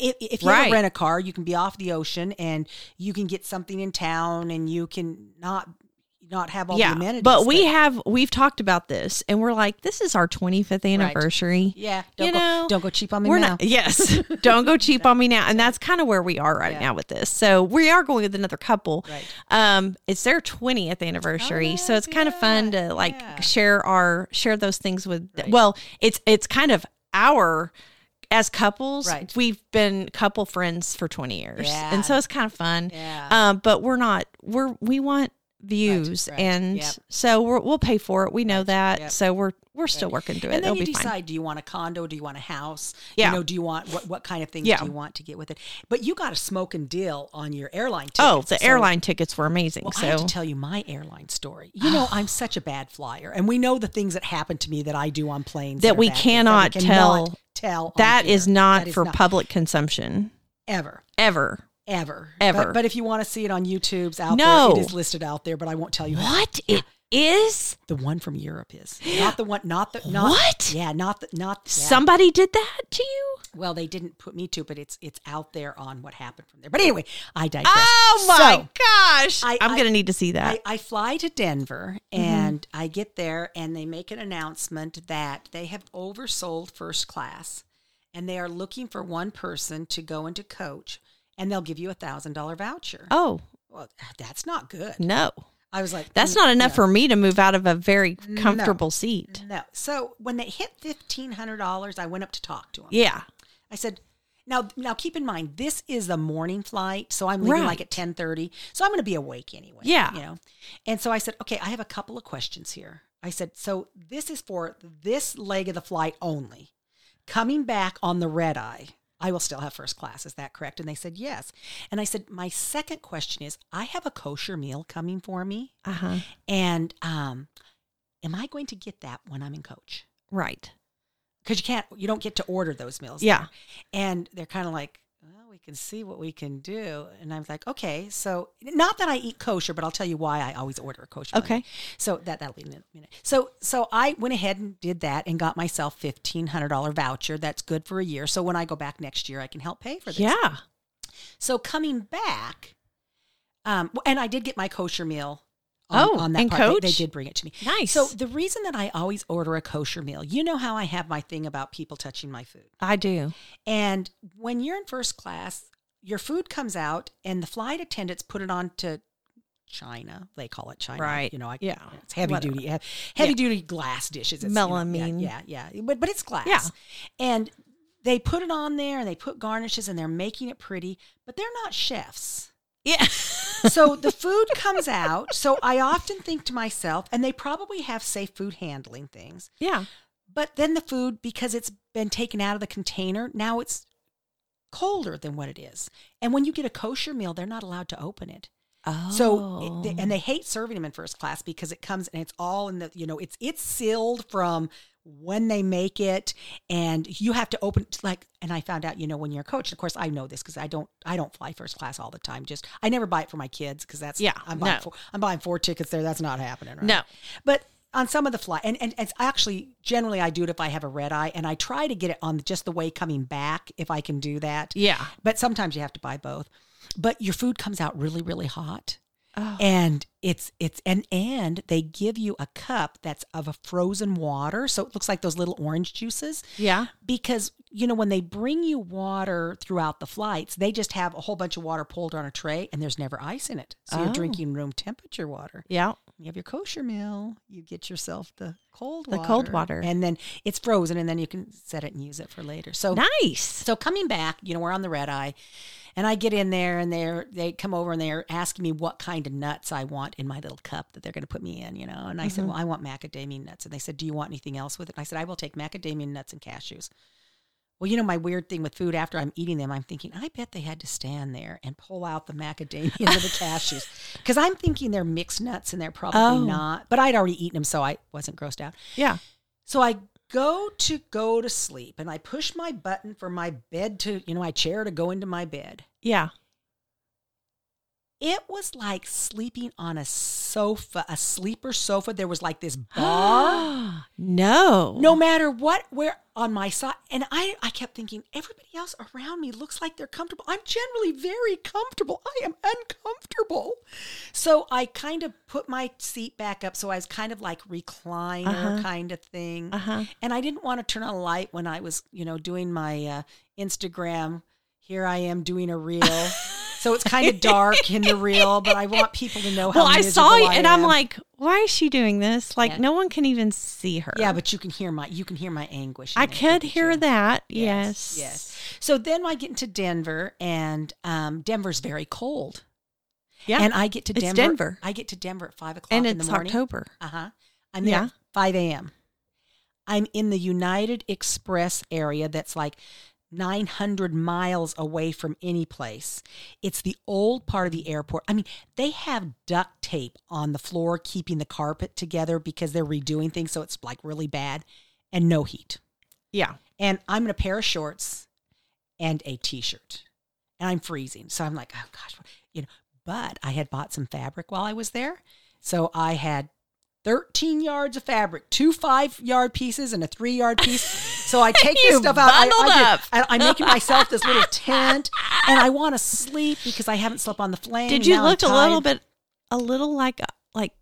[SPEAKER 2] If, if you have
[SPEAKER 1] Right.
[SPEAKER 2] a rent a car, you can be off the ocean and you can get something in town, and you can not not have all
[SPEAKER 1] yeah,
[SPEAKER 2] the amenities.
[SPEAKER 1] but we have we've talked about this, and we're like, this is our 25th anniversary.
[SPEAKER 2] yeah, don't
[SPEAKER 1] you
[SPEAKER 2] go,
[SPEAKER 1] know,
[SPEAKER 2] don't go cheap on me
[SPEAKER 1] We're
[SPEAKER 2] now.
[SPEAKER 1] not. Yes, don't go cheap on me now, and that's kind of where we are right
[SPEAKER 2] Yeah.
[SPEAKER 1] now with this. So we are going with another couple.
[SPEAKER 2] Right.
[SPEAKER 1] Um, it's their 20th anniversary, so
[SPEAKER 2] Oh,
[SPEAKER 1] it's kind of fun to like
[SPEAKER 2] yeah.
[SPEAKER 1] share our share those things with. Well, it's it's kind of our. As couples,
[SPEAKER 2] Right.
[SPEAKER 1] we've been couple friends for twenty years,
[SPEAKER 2] Yeah.
[SPEAKER 1] and so it's kind of fun.
[SPEAKER 2] Yeah.
[SPEAKER 1] Um, but we're not. We're we want views,
[SPEAKER 2] right,
[SPEAKER 1] and
[SPEAKER 2] yep.
[SPEAKER 1] so we're, we'll pay for it. We know that.
[SPEAKER 2] yep.
[SPEAKER 1] So we're we're still working through it.
[SPEAKER 2] And then
[SPEAKER 1] It'll
[SPEAKER 2] you
[SPEAKER 1] be
[SPEAKER 2] decide:
[SPEAKER 1] fine.
[SPEAKER 2] do you want a condo? Do you want a house?
[SPEAKER 1] Yeah.
[SPEAKER 2] You know, do you want what? What kind of things
[SPEAKER 1] Yeah.
[SPEAKER 2] do you want to get with it? But you got a smoke and deal on your airline tickets.
[SPEAKER 1] Oh, the
[SPEAKER 2] so-
[SPEAKER 1] airline tickets were amazing.
[SPEAKER 2] Well,
[SPEAKER 1] so
[SPEAKER 2] I have to tell you my airline story. You know, I'm such a bad flyer, and we know the things that happen to me that I do on planes
[SPEAKER 1] That
[SPEAKER 2] are
[SPEAKER 1] we
[SPEAKER 2] bad things
[SPEAKER 1] cannot
[SPEAKER 2] we cannot
[SPEAKER 1] tell.
[SPEAKER 2] Tell on
[SPEAKER 1] That
[SPEAKER 2] air.
[SPEAKER 1] is not
[SPEAKER 2] That is
[SPEAKER 1] for
[SPEAKER 2] not-
[SPEAKER 1] public consumption
[SPEAKER 2] ever,
[SPEAKER 1] ever.
[SPEAKER 2] ever,
[SPEAKER 1] Ever.
[SPEAKER 2] But, but if you want to see it on YouTube's out
[SPEAKER 1] No.
[SPEAKER 2] there, it is listed out there. But I won't tell you how.
[SPEAKER 1] What it is?
[SPEAKER 2] the one from Europe is not the one, not the not,
[SPEAKER 1] What?
[SPEAKER 2] Yeah, not the not yeah.
[SPEAKER 1] Somebody did that to you?
[SPEAKER 2] Well, they didn't put me to, but it's it's out there on what happened from there. But anyway, I digress.
[SPEAKER 1] Oh
[SPEAKER 2] So-
[SPEAKER 1] my gosh! I,
[SPEAKER 2] I-
[SPEAKER 1] am
[SPEAKER 2] I-
[SPEAKER 1] gonna need to see that.
[SPEAKER 2] I, I fly to Denver
[SPEAKER 1] Mm-hmm.
[SPEAKER 2] and I get there and they make an announcement that they have oversold first class and they are looking for one person to go into coach and they'll give you a thousand dollar voucher.
[SPEAKER 1] oh
[SPEAKER 2] Well, that's not good.
[SPEAKER 1] no,
[SPEAKER 2] I was like,
[SPEAKER 1] that's
[SPEAKER 2] "Mm,
[SPEAKER 1] not enough
[SPEAKER 2] no,
[SPEAKER 1] for me to move out of a very comfortable seat.
[SPEAKER 2] "Mm, no. So when they hit fifteen hundred dollars, I went up to talk to him.
[SPEAKER 1] Yeah,
[SPEAKER 2] I said, now, now keep in mind, this is a morning flight, so I'm leaving
[SPEAKER 1] Right.
[SPEAKER 2] like at ten thirty, so I'm going to be awake anyway.
[SPEAKER 1] Yeah.
[SPEAKER 2] you know. And so I said, okay, I have a couple of questions here. I said, so this is for this leg of the flight only. Coming back on the red eye, I will still have first class. Is that correct? And they said yes. And I said, my second question is, I have a kosher meal coming for me,
[SPEAKER 1] uh huh.
[SPEAKER 2] and um, am I going to get that when I'm in coach?
[SPEAKER 1] Right.
[SPEAKER 2] Because you can't, you don't get to order those meals.
[SPEAKER 1] Yeah.
[SPEAKER 2] And they're kind of like, well, we can see what we can do. And I'm like, okay. So, not that I eat kosher, but I'll tell you why I always order a kosher.
[SPEAKER 1] Okay.
[SPEAKER 2] Meal. So that that'll be in a minute. So so I went ahead and did that and got myself fifteen hundred dollar voucher. That's good for a year. So when I go back next year, I can help pay for this.
[SPEAKER 1] Yeah.
[SPEAKER 2] So coming back, um, and I did get my kosher meal.
[SPEAKER 1] Oh, and
[SPEAKER 2] They- They,
[SPEAKER 1] coach?
[SPEAKER 2] did bring it to me.
[SPEAKER 1] Nice.
[SPEAKER 2] So the reason that I always order a kosher meal, you know how I have my thing about people touching my food.
[SPEAKER 1] I do.
[SPEAKER 2] And when you're in first class, your food comes out and the flight attendants put it on to china. They call it china,
[SPEAKER 1] Right.
[SPEAKER 2] You know, I,
[SPEAKER 1] Yeah.
[SPEAKER 2] it's heavy
[SPEAKER 1] Whatever.
[SPEAKER 2] duty, heavy, heavy
[SPEAKER 1] Yeah.
[SPEAKER 2] duty glass dishes. It's, you know, yeah,
[SPEAKER 1] Melamine.
[SPEAKER 2] yeah, yeah, but but it's glass.
[SPEAKER 1] Yeah.
[SPEAKER 2] and they put it on there and they put garnishes and they're making it pretty, but they're not chefs.
[SPEAKER 1] Yeah.
[SPEAKER 2] So the food comes out. So I often think to myself, and they probably have safe food handling things.
[SPEAKER 1] yeah.
[SPEAKER 2] But then the food, because it's been taken out of the container, now it's colder than what it is. And when you get a kosher meal, they're not allowed to open it.
[SPEAKER 1] Oh.
[SPEAKER 2] So, it- they- and they hate serving them in first class because it comes and it's all in the, you know, it's it's sealed from when they make it, and you have to open it like. And I found out, you know, when you're a coach, of course, I know this because I don't, I don't fly first class all the time. Just I never buy it for my kids because that's
[SPEAKER 1] Yeah,
[SPEAKER 2] I'm buying
[SPEAKER 1] no.
[SPEAKER 2] four, I'm buying four tickets there. That's not happening. Right?
[SPEAKER 1] No.
[SPEAKER 2] But on some of the fly, and, and it's actually generally I do it if I have a red eye, and I try to get it on just the way coming back if I can do that.
[SPEAKER 1] Yeah.
[SPEAKER 2] But sometimes you have to buy both. But your food comes out really, really hot.
[SPEAKER 1] Oh.
[SPEAKER 2] And it's it's and and they give you a cup that's of a frozen water, so it looks like those little orange juices.
[SPEAKER 1] Yeah.
[SPEAKER 2] Because you know when they bring you water throughout the flights, they just have a whole bunch of water pulled on a tray, and there's never ice in it, so
[SPEAKER 1] Oh.
[SPEAKER 2] you're drinking room temperature water
[SPEAKER 1] Yeah.
[SPEAKER 2] you have your kosher meal, you get yourself the cold
[SPEAKER 1] The
[SPEAKER 2] water.
[SPEAKER 1] cold water.
[SPEAKER 2] And then it's frozen and then you can set it and use it for later. So
[SPEAKER 1] Nice.
[SPEAKER 2] so coming back, you know, we're on the red eye and I get in there and they're they come over and they're asking me what kind of nuts I want in my little cup that they're gonna put me in, you know. And I said, Well, I want macadamia nuts. And they said, Do you want anything else with it? And I said, I will take macadamia nuts and cashews. Well, you know, my weird thing with food after I'm eating them, I'm thinking, I bet they had to stand there and pull out the macadamia or the cashews. Because I'm thinking they're mixed nuts and they're probably
[SPEAKER 1] Oh.
[SPEAKER 2] not. But I'd already eaten them, so I wasn't grossed out.
[SPEAKER 1] Yeah.
[SPEAKER 2] So I go to go to sleep and I push my button for my bed to, you know, my chair to go into my bed.
[SPEAKER 1] Yeah.
[SPEAKER 2] It was like sleeping on a sofa, a sleeper sofa. There was like this bar.
[SPEAKER 1] no.
[SPEAKER 2] No matter what, where on my side, and I, I kept thinking everybody else around me looks like they're comfortable. I'm generally very comfortable. I am uncomfortable, so I kind of put my seat back up, so I was kind of like recliner
[SPEAKER 1] Uh-huh.
[SPEAKER 2] kind of thing.
[SPEAKER 1] Uh huh.
[SPEAKER 2] And I didn't want to turn on a light when I was, you know, doing my uh, Instagram. Here I am doing a reel. so it's kind of dark in the reel, but I want people to know how.
[SPEAKER 1] Well, I saw you,
[SPEAKER 2] miserable I
[SPEAKER 1] and I'm
[SPEAKER 2] am.
[SPEAKER 1] like, why is she doing this? Like,
[SPEAKER 2] Yeah.
[SPEAKER 1] no one can even see her.
[SPEAKER 2] yeah, but you can hear my you can hear my anguish. in
[SPEAKER 1] I
[SPEAKER 2] there,
[SPEAKER 1] could
[SPEAKER 2] couldn't
[SPEAKER 1] hear
[SPEAKER 2] you?
[SPEAKER 1] that. Yes.
[SPEAKER 2] Yes. So then I get into Denver, and um, Denver's very cold.
[SPEAKER 1] Yeah.
[SPEAKER 2] And I get to
[SPEAKER 1] It's
[SPEAKER 2] Denver.
[SPEAKER 1] Denver.
[SPEAKER 2] I get to Denver at five o'clock
[SPEAKER 1] And
[SPEAKER 2] in the
[SPEAKER 1] it's
[SPEAKER 2] morning.
[SPEAKER 1] October.
[SPEAKER 2] Uh huh. I'm there
[SPEAKER 1] Yeah.
[SPEAKER 2] at 5 a.m. I'm in the United Express area that's like 900 miles away from any place. It's the old part of the airport. I mean, they have duct tape on the floor keeping the carpet together because they're redoing things. So it's like really bad and no heat.
[SPEAKER 1] Yeah.
[SPEAKER 2] And I'm in a pair of shorts and a t shirt. And I'm freezing. So I'm like, oh gosh, what- you know, but I had bought some fabric while I was there. So I had 13 yards of fabric, two five yard pieces and a three yard piece. So I take this
[SPEAKER 1] You
[SPEAKER 2] stuff out. I,
[SPEAKER 1] bundled
[SPEAKER 2] I
[SPEAKER 1] up.
[SPEAKER 2] I, am making myself this little tent and I want to sleep because I haven't slept on the flame.
[SPEAKER 1] Did you
[SPEAKER 2] Now I'm
[SPEAKER 1] look a little bit,
[SPEAKER 2] tired.
[SPEAKER 1] a little like, uh, like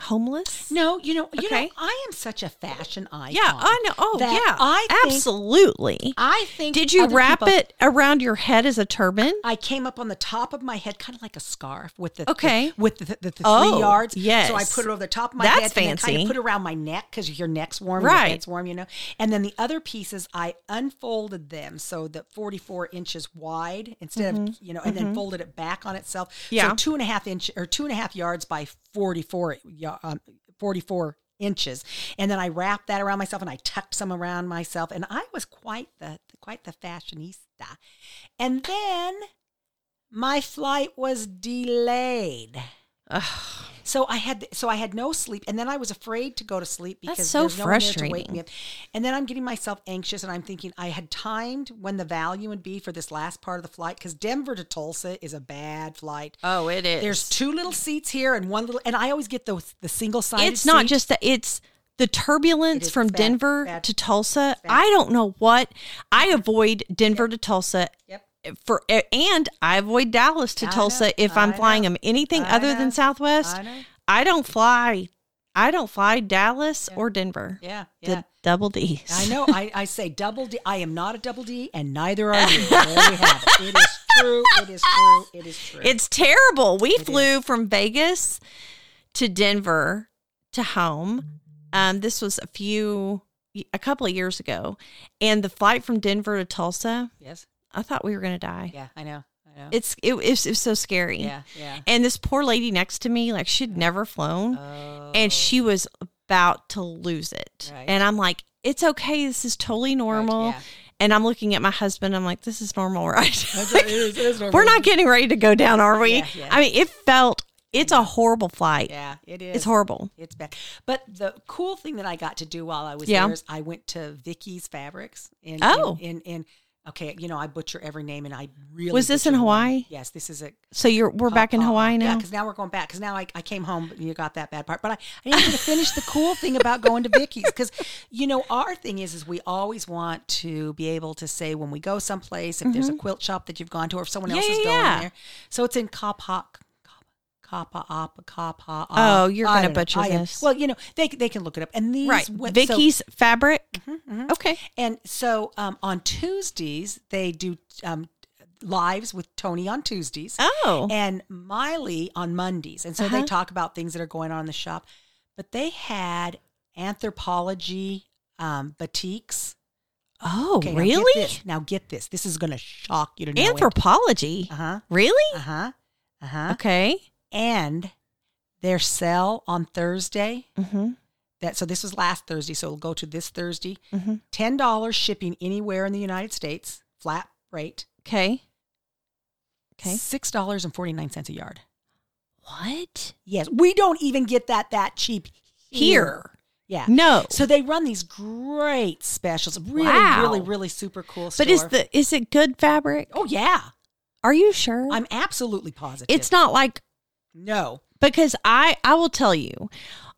[SPEAKER 1] homeless?
[SPEAKER 2] No, you know, you know,
[SPEAKER 1] Okay.
[SPEAKER 2] I am such a fashion icon.
[SPEAKER 1] Yeah. I know. Oh,
[SPEAKER 2] that
[SPEAKER 1] yeah.
[SPEAKER 2] I think-
[SPEAKER 1] absolutely.
[SPEAKER 2] I think.
[SPEAKER 1] Did you
[SPEAKER 2] other
[SPEAKER 1] wrap
[SPEAKER 2] people-
[SPEAKER 1] it around your head as a turban?
[SPEAKER 2] I came up on the top of my head, kind of like a scarf with the
[SPEAKER 1] Okay.
[SPEAKER 2] with the, the, the
[SPEAKER 1] Oh,
[SPEAKER 2] three yards. So I
[SPEAKER 1] yes.
[SPEAKER 2] put it over the top of my
[SPEAKER 1] That's
[SPEAKER 2] head and then kind
[SPEAKER 1] fancy.
[SPEAKER 2] of put it around my neck because your neck's warm, your
[SPEAKER 1] Right.
[SPEAKER 2] head's warm, you know. And then the other pieces, I unfolded them so that forty four inches wide instead of you know, and then folded it back on itself.
[SPEAKER 1] Mm-hmm. Yeah.
[SPEAKER 2] so two and a half inch or two and a half yards by forty four um, forty four inches and then i wrapped that around myself and i tucked some around myself and i was quite the quite the fashionista and then my flight was delayed.
[SPEAKER 1] Ugh.
[SPEAKER 2] So I had so I had no sleep, and then I was afraid to go to sleep because
[SPEAKER 1] That's so
[SPEAKER 2] there's no one there to wake
[SPEAKER 1] frustrating.
[SPEAKER 2] me up. And then I'm getting myself anxious, and I'm thinking I had timed when the value would be for this last part of the flight because Denver to Tulsa is a bad flight.
[SPEAKER 1] Oh, it is.
[SPEAKER 2] There's two little seats here and one little, and I always get the the single sided.
[SPEAKER 1] it's not just that it's the turbulence
[SPEAKER 2] is
[SPEAKER 1] from
[SPEAKER 2] bad,
[SPEAKER 1] Denver
[SPEAKER 2] bad.
[SPEAKER 1] to Tulsa. I don't know what I avoid Denver to Tulsa
[SPEAKER 2] Yep.
[SPEAKER 1] for and I avoid Dallas to
[SPEAKER 2] I know,
[SPEAKER 1] Tulsa if
[SPEAKER 2] I
[SPEAKER 1] I'm flying
[SPEAKER 2] know,
[SPEAKER 1] them anything
[SPEAKER 2] I
[SPEAKER 1] other
[SPEAKER 2] know,
[SPEAKER 1] than Southwest.
[SPEAKER 2] I know.
[SPEAKER 1] I don't fly I don't fly Dallas or Denver.
[SPEAKER 2] Yeah.
[SPEAKER 1] The double D's.
[SPEAKER 2] I know. I, I say double D. I am not a double D, and neither are you. There we have it. It is true. It is true. It is true.
[SPEAKER 1] It's terrible. We flew from Vegas to Denver to home. Um, this was a few, a couple of years ago. And the flight from Denver to Tulsa,
[SPEAKER 2] yes.
[SPEAKER 1] I thought we were going to die.
[SPEAKER 2] Yeah. I know. I know.
[SPEAKER 1] It's, it, it's, it's so scary.
[SPEAKER 2] yeah. Yeah.
[SPEAKER 1] And this poor lady next to me, like she'd never flown
[SPEAKER 2] Oh.
[SPEAKER 1] and she was about to lose it.
[SPEAKER 2] Right.
[SPEAKER 1] And I'm like, it's okay. This is totally normal.
[SPEAKER 2] yeah.
[SPEAKER 1] And I'm looking at my husband. I'm like, this is normal, right?
[SPEAKER 2] That's right. It is- it is
[SPEAKER 1] We're
[SPEAKER 2] normal.
[SPEAKER 1] not getting ready to go down, are we?
[SPEAKER 2] Yeah, yeah.
[SPEAKER 1] I mean, it felt, it's a horrible flight.
[SPEAKER 2] Yeah. It is.
[SPEAKER 1] It's horrible.
[SPEAKER 2] It's bad. But the cool thing that I got to do while I was
[SPEAKER 1] Yeah.
[SPEAKER 2] there is I went to Vicky's Fabrics. In,
[SPEAKER 1] Oh.
[SPEAKER 2] In, in, in- okay, you know, I butcher every name and I really.
[SPEAKER 1] Was this in
[SPEAKER 2] butcher mine.
[SPEAKER 1] Hawaii?
[SPEAKER 2] Yes, this is a.
[SPEAKER 1] So you're, we're back
[SPEAKER 2] Oh,
[SPEAKER 1] in Hawaii now?
[SPEAKER 2] because now we're going back. Because now I, I came home and you got that bad part. But I, I didn't get to finish the cool thing about going to Vicky's. Because, you know, our thing is, is we always want to be able to say when we go someplace, if there's a quilt shop that you've gone to or if someone else
[SPEAKER 1] Mm-hmm. Yeah, yeah,
[SPEAKER 2] is going
[SPEAKER 1] yeah.
[SPEAKER 2] there. So it's in Kapok. Kappa op, kappa.
[SPEAKER 1] Oh, you're
[SPEAKER 2] I
[SPEAKER 1] gonna
[SPEAKER 2] don't know.
[SPEAKER 1] butcher
[SPEAKER 2] I am-
[SPEAKER 1] this.
[SPEAKER 2] Well, you know they they can look it up. And these
[SPEAKER 1] right.
[SPEAKER 2] went- so- Mm-hmm.
[SPEAKER 1] Vicky's fabric. Okay.
[SPEAKER 2] and so um, on Tuesdays they do um, lives with Tony on Tuesdays
[SPEAKER 1] Oh.
[SPEAKER 2] and Miley on Mondays. And so they
[SPEAKER 1] Uh-huh.
[SPEAKER 2] talk about things that are going on in the shop. But they had anthropology um, boutiques.
[SPEAKER 1] oh,
[SPEAKER 2] Okay, now get
[SPEAKER 1] really?
[SPEAKER 2] this. Now get this. This is going to shock you to no end.
[SPEAKER 1] Anthropology.
[SPEAKER 2] Uh-huh.
[SPEAKER 1] Really?
[SPEAKER 2] Uh-huh. Uh-huh.
[SPEAKER 1] Okay.
[SPEAKER 2] And their sale on Thursday
[SPEAKER 1] Mm-hmm.
[SPEAKER 2] that so this was last Thursday, so it'll go to this Thursday.
[SPEAKER 1] Mhm.
[SPEAKER 2] Ten dollars shipping anywhere in the United States, flat rate.
[SPEAKER 1] Okay. Okay.
[SPEAKER 2] Six dollars and forty nine cents a yard.
[SPEAKER 1] What?
[SPEAKER 2] Yes. We don't even get that that cheap
[SPEAKER 1] Here.
[SPEAKER 2] Yeah.
[SPEAKER 1] No.
[SPEAKER 2] So they run these great specials. Really,
[SPEAKER 1] Wow.
[SPEAKER 2] really, really super cool store.
[SPEAKER 1] But is the is it good fabric?
[SPEAKER 2] Oh yeah.
[SPEAKER 1] Are you sure?
[SPEAKER 2] I'm absolutely positive.
[SPEAKER 1] it's not like
[SPEAKER 2] no.
[SPEAKER 1] because I I will tell you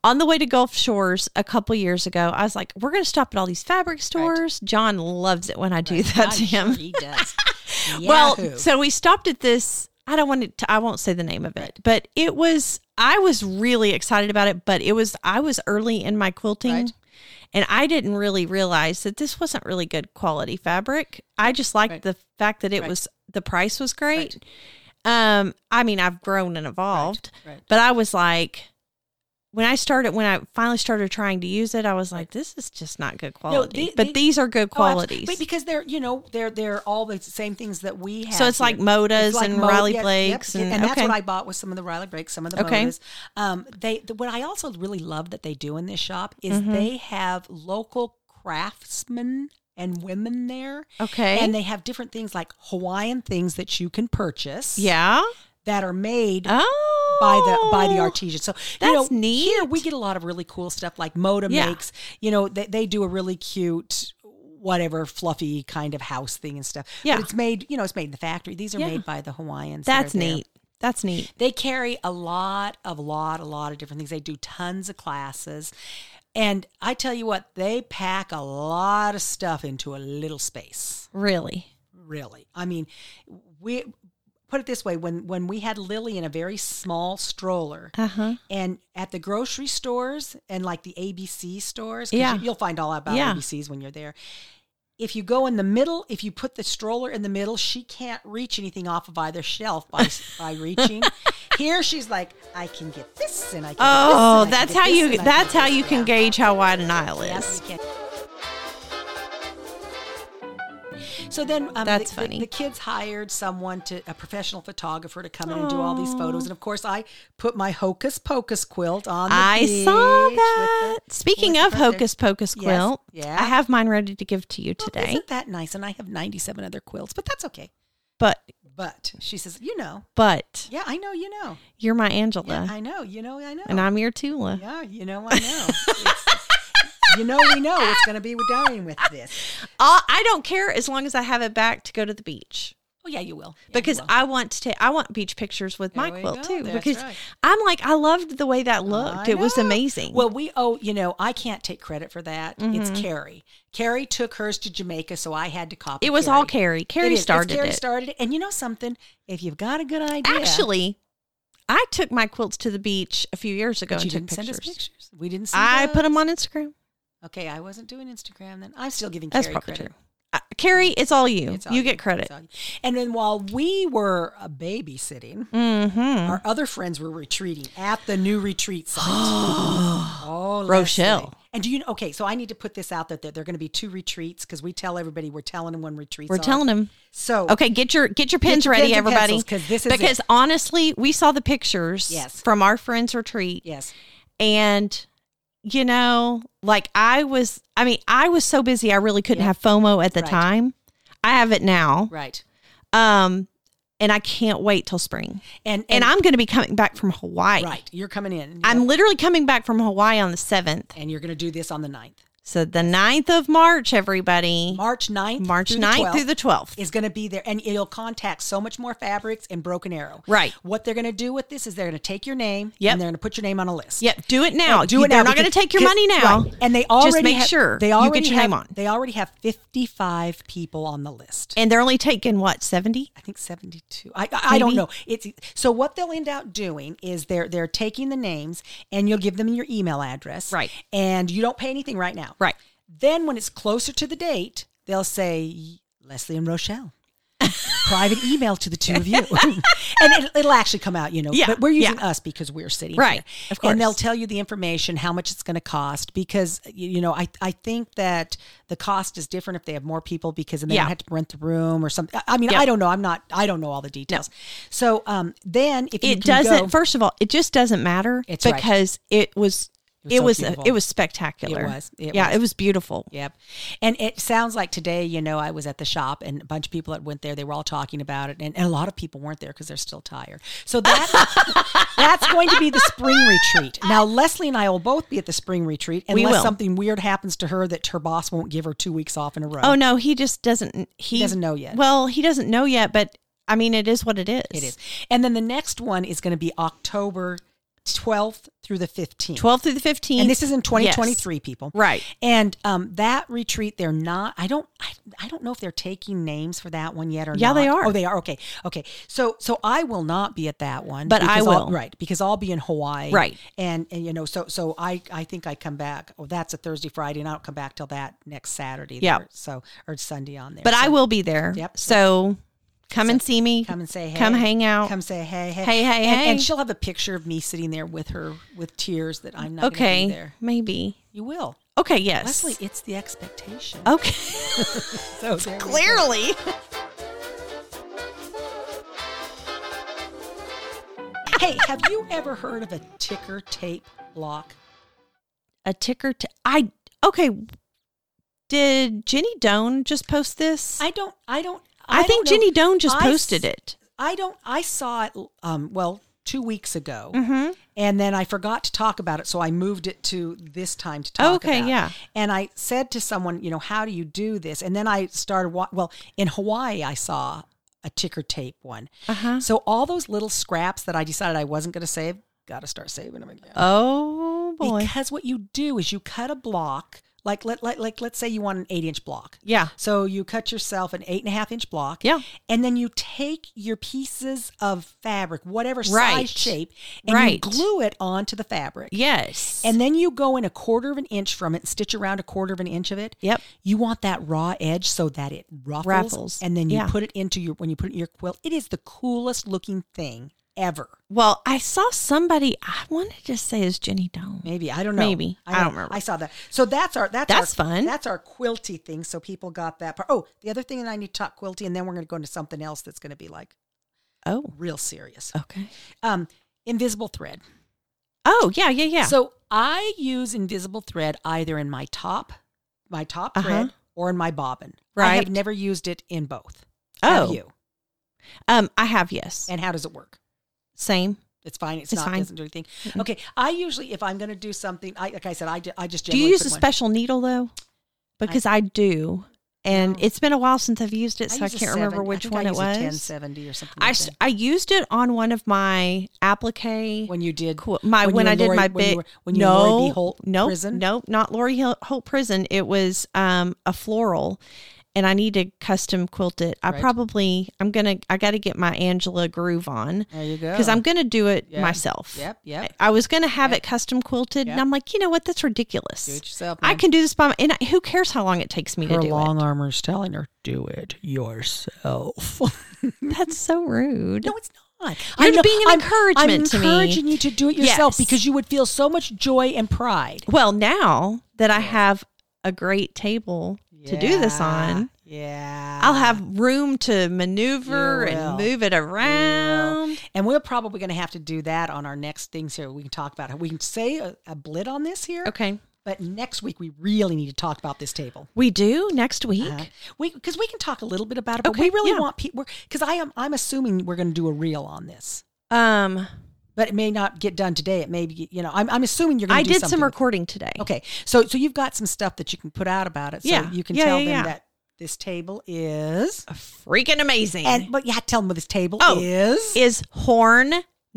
[SPEAKER 1] on the way to Gulf Shores a couple years ago, I was like, we're going to stop at all these fabric stores. John loves it when I do that
[SPEAKER 2] I'm
[SPEAKER 1] to him.
[SPEAKER 2] sure he does. Yahoo.
[SPEAKER 1] Well, so we stopped at this. I don't want it to. I won't say the name of it, but it was. I was really excited about it, but it was. I was early in my quilting,
[SPEAKER 2] Right.
[SPEAKER 1] and I didn't really realize that this wasn't really good quality fabric. I just liked
[SPEAKER 2] Right.
[SPEAKER 1] the fact that it
[SPEAKER 2] Right.
[SPEAKER 1] was. The price was great. Um, I mean, I've grown and evolved,
[SPEAKER 2] Right.
[SPEAKER 1] but I was like. When I started, when I finally started trying to use it, I was like, "This is just not good quality."
[SPEAKER 2] the-
[SPEAKER 1] but
[SPEAKER 2] the-
[SPEAKER 1] these are good
[SPEAKER 2] Oh, abs-
[SPEAKER 1] qualities.
[SPEAKER 2] But because they're, you know, they're they're all the same things that we have.
[SPEAKER 1] So it's like
[SPEAKER 2] here.
[SPEAKER 1] Modas
[SPEAKER 2] It's like
[SPEAKER 1] and
[SPEAKER 2] Mo-
[SPEAKER 1] Riley
[SPEAKER 2] yeah, yep,
[SPEAKER 1] Blakes,
[SPEAKER 2] and,
[SPEAKER 1] and,
[SPEAKER 2] that's
[SPEAKER 1] okay.
[SPEAKER 2] what I bought with some of the Riley Blakes, some of the
[SPEAKER 1] Okay.
[SPEAKER 2] Modas. Um, they the, what I also really love that they do in this shop is
[SPEAKER 1] Mm-hmm.
[SPEAKER 2] they have local craftsmen and women there.
[SPEAKER 1] Okay.
[SPEAKER 2] and they have different things like Hawaiian things that you can purchase.
[SPEAKER 1] yeah.
[SPEAKER 2] that are made.
[SPEAKER 1] Oh,
[SPEAKER 2] by the by the artesian. So you know,
[SPEAKER 1] That's neat.
[SPEAKER 2] Here we get a lot of really cool stuff like Moda
[SPEAKER 1] Yeah.
[SPEAKER 2] makes. You know, they they do a really cute whatever fluffy kind of house thing and stuff.
[SPEAKER 1] Yeah.
[SPEAKER 2] but it's made. You know, it's made in the factory. These are
[SPEAKER 1] Yeah.
[SPEAKER 2] made by the Hawaiians. that
[SPEAKER 1] That's
[SPEAKER 2] are there.
[SPEAKER 1] neat. That's neat.
[SPEAKER 2] They carry a lot of lot a lot of different things. They do tons of classes. And I tell you what, they pack a lot of stuff into a little space
[SPEAKER 1] Really.
[SPEAKER 2] really i mean we put it this way when when we had lily in a very small stroller
[SPEAKER 1] Uh-huh.
[SPEAKER 2] and at the grocery stores and like the abc stores 'cause
[SPEAKER 1] Yeah.
[SPEAKER 2] you, will find all about
[SPEAKER 1] Yeah.
[SPEAKER 2] abcs when you're there if you go in the middle if you put the stroller in the middle she can't reach anything off of either shelf by by reaching here she's like i can get this and i can
[SPEAKER 1] Oh,
[SPEAKER 2] get this, and I can
[SPEAKER 1] that's
[SPEAKER 2] get
[SPEAKER 1] how
[SPEAKER 2] this,
[SPEAKER 1] you
[SPEAKER 2] and I can
[SPEAKER 1] that's
[SPEAKER 2] get
[SPEAKER 1] how
[SPEAKER 2] this."
[SPEAKER 1] you can
[SPEAKER 2] Yeah.
[SPEAKER 1] gauge how wide an aisle
[SPEAKER 2] Yes,
[SPEAKER 1] is.
[SPEAKER 2] you can. So then, um,
[SPEAKER 1] That's
[SPEAKER 2] the,
[SPEAKER 1] funny.
[SPEAKER 2] The, the kids hired someone to a professional photographer to come in and do all these photos, and of course, I put my hocus pocus quilt on. The
[SPEAKER 1] I
[SPEAKER 2] beach
[SPEAKER 1] saw
[SPEAKER 2] with
[SPEAKER 1] that.
[SPEAKER 2] the-
[SPEAKER 1] Speaking
[SPEAKER 2] with
[SPEAKER 1] of
[SPEAKER 2] the birthday-
[SPEAKER 1] Hocus Pocus
[SPEAKER 2] Yes.
[SPEAKER 1] quilt,
[SPEAKER 2] Yeah.
[SPEAKER 1] I have mine ready to give to you
[SPEAKER 2] Well,
[SPEAKER 1] today.
[SPEAKER 2] isn't that nice? And I have ninety-seven other quilts, but that's okay.
[SPEAKER 1] but
[SPEAKER 2] But she says, you know,
[SPEAKER 1] but
[SPEAKER 2] yeah, I know, you know,
[SPEAKER 1] you're my
[SPEAKER 2] yeah,
[SPEAKER 1] Angela
[SPEAKER 2] I know, you know, I know,
[SPEAKER 1] and Uh. I'm your Tula.
[SPEAKER 2] yeah, you know, I know. It's- you know, we know it's going to be dying with this.
[SPEAKER 1] I, I don't care as long as I have it back to go to the beach.
[SPEAKER 2] Oh yeah, you will Yeah, you
[SPEAKER 1] because
[SPEAKER 2] will.
[SPEAKER 1] I want to take I want beach pictures with my
[SPEAKER 2] There we
[SPEAKER 1] quilt
[SPEAKER 2] go.
[SPEAKER 1] too
[SPEAKER 2] That's
[SPEAKER 1] because
[SPEAKER 2] right.
[SPEAKER 1] I'm like I loved the way that looked.
[SPEAKER 2] I
[SPEAKER 1] it was
[SPEAKER 2] know.
[SPEAKER 1] amazing. Mm-hmm.
[SPEAKER 2] Well, we owe, you know, I can't take credit for that. It's Carrie. Carrie took hers to Jamaica, so I had to copy.
[SPEAKER 1] it was all Carrie.
[SPEAKER 2] It
[SPEAKER 1] Carrie
[SPEAKER 2] is. It's
[SPEAKER 1] started
[SPEAKER 2] Carrie
[SPEAKER 1] it.
[SPEAKER 2] started it. And you know something? If you've got a good idea,
[SPEAKER 1] Actually, I took my quilts to the beach a few years ago
[SPEAKER 2] But
[SPEAKER 1] and
[SPEAKER 2] you
[SPEAKER 1] took
[SPEAKER 2] didn't
[SPEAKER 1] pictures.
[SPEAKER 2] send us pictures. We didn't see
[SPEAKER 1] I
[SPEAKER 2] those.
[SPEAKER 1] put them on Instagram.
[SPEAKER 2] Okay, I wasn't doing Instagram then. I'm still giving
[SPEAKER 1] That's
[SPEAKER 2] Carrie
[SPEAKER 1] probably
[SPEAKER 2] credit.
[SPEAKER 1] true. Uh, Carrie, it's all you.
[SPEAKER 2] It's all
[SPEAKER 1] you, get credit.
[SPEAKER 2] It's all you. And then while we were uh, babysitting,
[SPEAKER 1] Mm-hmm.
[SPEAKER 2] our other friends were retreating at the new retreat site. oh,
[SPEAKER 1] Rochelle.
[SPEAKER 2] Leslie. And do you okay? So I need to put this out that there, there are going to be two retreats because we tell everybody we're telling them when retreats.
[SPEAKER 1] We're
[SPEAKER 2] are.
[SPEAKER 1] telling them.
[SPEAKER 2] So
[SPEAKER 1] Okay, get your get your pens
[SPEAKER 2] your
[SPEAKER 1] ready,
[SPEAKER 2] pens and
[SPEAKER 1] everybody.
[SPEAKER 2] pencils, 'cause this is it.
[SPEAKER 1] because honestly, we saw the pictures
[SPEAKER 2] Yes.
[SPEAKER 1] from our friends' retreat,
[SPEAKER 2] yes,
[SPEAKER 1] and you know, like I was. I mean, I was so busy, I really couldn't have FOMO at the
[SPEAKER 2] Right.
[SPEAKER 1] time. I have it now,
[SPEAKER 2] right.
[SPEAKER 1] um, and I can't wait till spring.
[SPEAKER 2] And
[SPEAKER 1] And
[SPEAKER 2] and,
[SPEAKER 1] I'm going to be coming back from Hawaii.
[SPEAKER 2] right, you're coming in.
[SPEAKER 1] I'm literally coming back from Hawaii on the seventh.
[SPEAKER 2] and you're going to do this on the 9th.
[SPEAKER 1] So the 9th of March, everybody.
[SPEAKER 2] March 9th.
[SPEAKER 1] March
[SPEAKER 2] through
[SPEAKER 1] 9th
[SPEAKER 2] 12th.
[SPEAKER 1] through the 12th.
[SPEAKER 2] is going to be there and it'll contact so much more fabrics and broken arrow
[SPEAKER 1] Right.
[SPEAKER 2] what they're going to do with this is they're going to take your name
[SPEAKER 1] Yep.
[SPEAKER 2] and they're going to put your name on a list
[SPEAKER 1] Yep, do it now.
[SPEAKER 2] do it
[SPEAKER 1] They're
[SPEAKER 2] now
[SPEAKER 1] not going to
[SPEAKER 2] because-
[SPEAKER 1] take your
[SPEAKER 2] 'cause-
[SPEAKER 1] money now.
[SPEAKER 2] right. and they already
[SPEAKER 1] make
[SPEAKER 2] have-
[SPEAKER 1] sure
[SPEAKER 2] they
[SPEAKER 1] you
[SPEAKER 2] already
[SPEAKER 1] get your
[SPEAKER 2] have,
[SPEAKER 1] name on.
[SPEAKER 2] they already have 55 people on the list
[SPEAKER 1] And they're only taking what, 70?
[SPEAKER 2] I think 72. I, I, I don't
[SPEAKER 1] Maybe.
[SPEAKER 2] know. It's e, so what they'll end up doing is they're they're taking the names and you'll give them your email address.
[SPEAKER 1] Right.
[SPEAKER 2] And you don't pay anything right now.
[SPEAKER 1] Right.
[SPEAKER 2] Then when it's closer to the date, they'll say Leslie and Rochelle. Private email to the two of you, and it, it'll actually come out, you know.
[SPEAKER 1] Yeah,
[SPEAKER 2] but we're using
[SPEAKER 1] yeah.
[SPEAKER 2] us because we're sitting
[SPEAKER 1] Right,
[SPEAKER 2] here.
[SPEAKER 1] of
[SPEAKER 2] And they'll
[SPEAKER 1] course.
[SPEAKER 2] tell you the information, how much it's going to cost, because you you know, I I think that the cost is different if they have more people because then they
[SPEAKER 1] Yeah.
[SPEAKER 2] don't have to rent the room or something. I- I mean,
[SPEAKER 1] Yep.
[SPEAKER 2] I don't know. I'm not. I don't know all the details. So um, then if you
[SPEAKER 1] It
[SPEAKER 2] can
[SPEAKER 1] doesn't
[SPEAKER 2] go-
[SPEAKER 1] first of all, it just doesn't matter
[SPEAKER 2] It's right.
[SPEAKER 1] because it was it
[SPEAKER 2] so
[SPEAKER 1] was
[SPEAKER 2] beautiful.
[SPEAKER 1] it was spectacular.
[SPEAKER 2] It was. It
[SPEAKER 1] yeah,
[SPEAKER 2] was.
[SPEAKER 1] it was beautiful.
[SPEAKER 2] Yep. And it sounds like today, you know, I was at the shop and a bunch of people that went there, they were all talking about it. And, and a lot of people weren't there because they're still tired. So that, that's going to be the spring retreat. Now, Leslie and I will both be at the spring retreat
[SPEAKER 1] We
[SPEAKER 2] unless
[SPEAKER 1] will.
[SPEAKER 2] something weird happens to her that her boss won't give her two weeks off in a row.
[SPEAKER 1] Oh no, he just doesn't he,
[SPEAKER 2] doesn't know yet.
[SPEAKER 1] Well, he doesn't know yet, but I mean it is what it is.
[SPEAKER 2] It is. And then the next one is going to be October 12th through the 15th.
[SPEAKER 1] 12 through the 15th.
[SPEAKER 2] And this is in
[SPEAKER 1] Yes.
[SPEAKER 2] 2023, people.
[SPEAKER 1] Right.
[SPEAKER 2] And um, that retreat, they're not. I don't. I, I don't know if they're taking names for that one yet or
[SPEAKER 1] Yeah,
[SPEAKER 2] not.
[SPEAKER 1] they are.
[SPEAKER 2] Oh, they are. Okay, okay. So, so I will not be at that one,
[SPEAKER 1] But I
[SPEAKER 2] because I'll-
[SPEAKER 1] will.
[SPEAKER 2] right, because I'll be in Hawaii.
[SPEAKER 1] Right.
[SPEAKER 2] And and you know, so so I I think I come back. Oh, that's a Thursday, Friday, and I don't come back till that next Saturday.
[SPEAKER 1] Yeah.
[SPEAKER 2] there, so or Sunday on there.
[SPEAKER 1] But
[SPEAKER 2] So
[SPEAKER 1] I will be there.
[SPEAKER 2] Yep.
[SPEAKER 1] So come and see me.
[SPEAKER 2] come and say hey.
[SPEAKER 1] Come hang out.
[SPEAKER 2] Come say hey. Hey.
[SPEAKER 1] Hey, hey,
[SPEAKER 2] and,
[SPEAKER 1] hey.
[SPEAKER 2] And she'll have a picture of me sitting there with her with tears that I'm not. gonna
[SPEAKER 1] okay.
[SPEAKER 2] Be there.
[SPEAKER 1] Maybe.
[SPEAKER 2] You will,
[SPEAKER 1] Okay, yes. Oh,
[SPEAKER 2] Leslie. It's the expectation.
[SPEAKER 1] Okay.
[SPEAKER 2] so there we go.
[SPEAKER 1] Clearly.
[SPEAKER 2] Hey, have you ever heard of a ticker tape block?
[SPEAKER 1] A ticker t- I okay. Did Jenny Doan just post this?
[SPEAKER 2] I don't. I don't.
[SPEAKER 1] I
[SPEAKER 2] don't
[SPEAKER 1] think
[SPEAKER 2] know.
[SPEAKER 1] Jenny Doan just
[SPEAKER 2] I s-
[SPEAKER 1] posted it.
[SPEAKER 2] I don't. I saw it. Um. Well, two weeks ago,
[SPEAKER 1] Mm-hmm.
[SPEAKER 2] and then I forgot to talk about it, so I moved it to this time to talk.
[SPEAKER 1] Okay,
[SPEAKER 2] about it.
[SPEAKER 1] yeah.
[SPEAKER 2] And I said to someone, you know, how do you do this? And then I started. Wa- well, in Hawaii, I saw a ticker tape one.
[SPEAKER 1] Uh-huh.
[SPEAKER 2] So all those little scraps that I decided I wasn't going to save, got to start saving them again.
[SPEAKER 1] Oh boy.
[SPEAKER 2] Because what you do is you cut a block, like let like, like let's say you want an eight inch block.
[SPEAKER 1] yeah.
[SPEAKER 2] So you cut yourself an eight and a half inch block.
[SPEAKER 1] Yeah.
[SPEAKER 2] And then you take your pieces of fabric, whatever
[SPEAKER 1] Right.
[SPEAKER 2] size shape, and you
[SPEAKER 1] Right.
[SPEAKER 2] glue it onto the fabric.
[SPEAKER 1] Yes.
[SPEAKER 2] And then you go in a quarter of an inch from it, and stitch around a quarter of an inch of it.
[SPEAKER 1] Yep.
[SPEAKER 2] You want that raw edge so that it ruffles,
[SPEAKER 1] Ruffles,
[SPEAKER 2] and then you
[SPEAKER 1] yeah.
[SPEAKER 2] put it into your when you put it in your quilt. It is the coolest looking thing ever.
[SPEAKER 1] well, I saw somebody I wanted to say is Jenny Doan.
[SPEAKER 2] Maybe I don't know.
[SPEAKER 1] Maybe. I don't remember.
[SPEAKER 2] I saw that. So that's our that's
[SPEAKER 1] That's
[SPEAKER 2] our,
[SPEAKER 1] fun.
[SPEAKER 2] That's our quilty thing. So people got that part. Oh, the other thing that I need to talk quilty, and then we're going to go into something else that's going to be like
[SPEAKER 1] Oh.
[SPEAKER 2] real serious.
[SPEAKER 1] Okay.
[SPEAKER 2] Um, invisible thread.
[SPEAKER 1] Oh, yeah, yeah, yeah.
[SPEAKER 2] So I use invisible thread either in my top, my top
[SPEAKER 1] Uh-huh.
[SPEAKER 2] thread, or in my bobbin. I
[SPEAKER 1] Right.
[SPEAKER 2] have never used it in both. Have
[SPEAKER 1] oh.
[SPEAKER 2] you?
[SPEAKER 1] Um I have yes.
[SPEAKER 2] And how does it work?
[SPEAKER 1] Same.
[SPEAKER 2] It's fine. It's,
[SPEAKER 1] It's
[SPEAKER 2] not.
[SPEAKER 1] fine.
[SPEAKER 2] Doesn't do anything. Okay. I usually, if I'm going to do something, I like I said, I, ju- I just
[SPEAKER 1] Do you
[SPEAKER 2] generally
[SPEAKER 1] use
[SPEAKER 2] put
[SPEAKER 1] a
[SPEAKER 2] one-
[SPEAKER 1] special needle though? Because I, do. And it's been a while since I've used it, so I,
[SPEAKER 2] use a
[SPEAKER 1] can't remember
[SPEAKER 2] seven. I
[SPEAKER 1] which
[SPEAKER 2] think I
[SPEAKER 1] one it
[SPEAKER 2] use a
[SPEAKER 1] was.
[SPEAKER 2] 1070 or something.
[SPEAKER 1] I,
[SPEAKER 2] like
[SPEAKER 1] s-
[SPEAKER 2] that.
[SPEAKER 1] I used it on one of my applique
[SPEAKER 2] when you did
[SPEAKER 1] qu- my when,
[SPEAKER 2] you
[SPEAKER 1] I
[SPEAKER 2] and
[SPEAKER 1] did
[SPEAKER 2] Lori-
[SPEAKER 1] my
[SPEAKER 2] when you
[SPEAKER 1] big
[SPEAKER 2] were- when you
[SPEAKER 1] no
[SPEAKER 2] were Lori B. Holt
[SPEAKER 1] nope,
[SPEAKER 2] prison.
[SPEAKER 1] nope not Lori Hill, Holt prison it was um a floral and I need to custom quilt it. I
[SPEAKER 2] Right.
[SPEAKER 1] probably I'm gonna I got to get my Angela groove on
[SPEAKER 2] There you go.
[SPEAKER 1] because I'm gonna do it
[SPEAKER 2] oh. Yeah.
[SPEAKER 1] myself.
[SPEAKER 2] Yep, yep.
[SPEAKER 1] I was gonna have it custom quilted,
[SPEAKER 2] Yep.
[SPEAKER 1] and I'm like, you know what? That's ridiculous.
[SPEAKER 2] Do it yourself.
[SPEAKER 1] I
[SPEAKER 2] man.
[SPEAKER 1] can do this by my, and I, who cares how long it takes me
[SPEAKER 2] Her
[SPEAKER 1] to do
[SPEAKER 2] long armor's telling her, do it yourself.
[SPEAKER 1] it. That's so rude.
[SPEAKER 2] no, it's not.
[SPEAKER 1] You're
[SPEAKER 2] know-
[SPEAKER 1] being an
[SPEAKER 2] I'm-
[SPEAKER 1] encouragement
[SPEAKER 2] I'm
[SPEAKER 1] to me.
[SPEAKER 2] encouraging you to do it yourself
[SPEAKER 1] Yes.
[SPEAKER 2] because you would feel so much joy and pride
[SPEAKER 1] Well, now that I have a great table to do this on,
[SPEAKER 2] Yeah.
[SPEAKER 1] I'll have room to maneuver
[SPEAKER 2] You
[SPEAKER 1] and
[SPEAKER 2] will.
[SPEAKER 1] move it around.
[SPEAKER 2] And we're probably going to have to do that on our next things here. We can talk about it. We can say a, a blit on this here,
[SPEAKER 1] Okay.
[SPEAKER 2] but next week we really need to talk about this table.
[SPEAKER 1] We do next week.
[SPEAKER 2] Uh, we because we can talk a little bit about it, but
[SPEAKER 1] Okay,
[SPEAKER 2] we really
[SPEAKER 1] yeah.
[SPEAKER 2] want people because I am I'm assuming we're going to do a reel on this,
[SPEAKER 1] Um,
[SPEAKER 2] but it may not get done today. It may be you know I'm, I'm assuming you're going
[SPEAKER 1] I
[SPEAKER 2] to do
[SPEAKER 1] did
[SPEAKER 2] something.
[SPEAKER 1] some recording today.
[SPEAKER 2] okay, so so you've got some stuff that you can put out about it. So
[SPEAKER 1] Yeah.
[SPEAKER 2] you can
[SPEAKER 1] Yeah,
[SPEAKER 2] tell
[SPEAKER 1] yeah,
[SPEAKER 2] them
[SPEAKER 1] yeah.
[SPEAKER 2] that this table is
[SPEAKER 1] Freaking amazing.
[SPEAKER 2] and but you have to tell them what this table
[SPEAKER 1] Oh,
[SPEAKER 2] is.
[SPEAKER 1] is Horn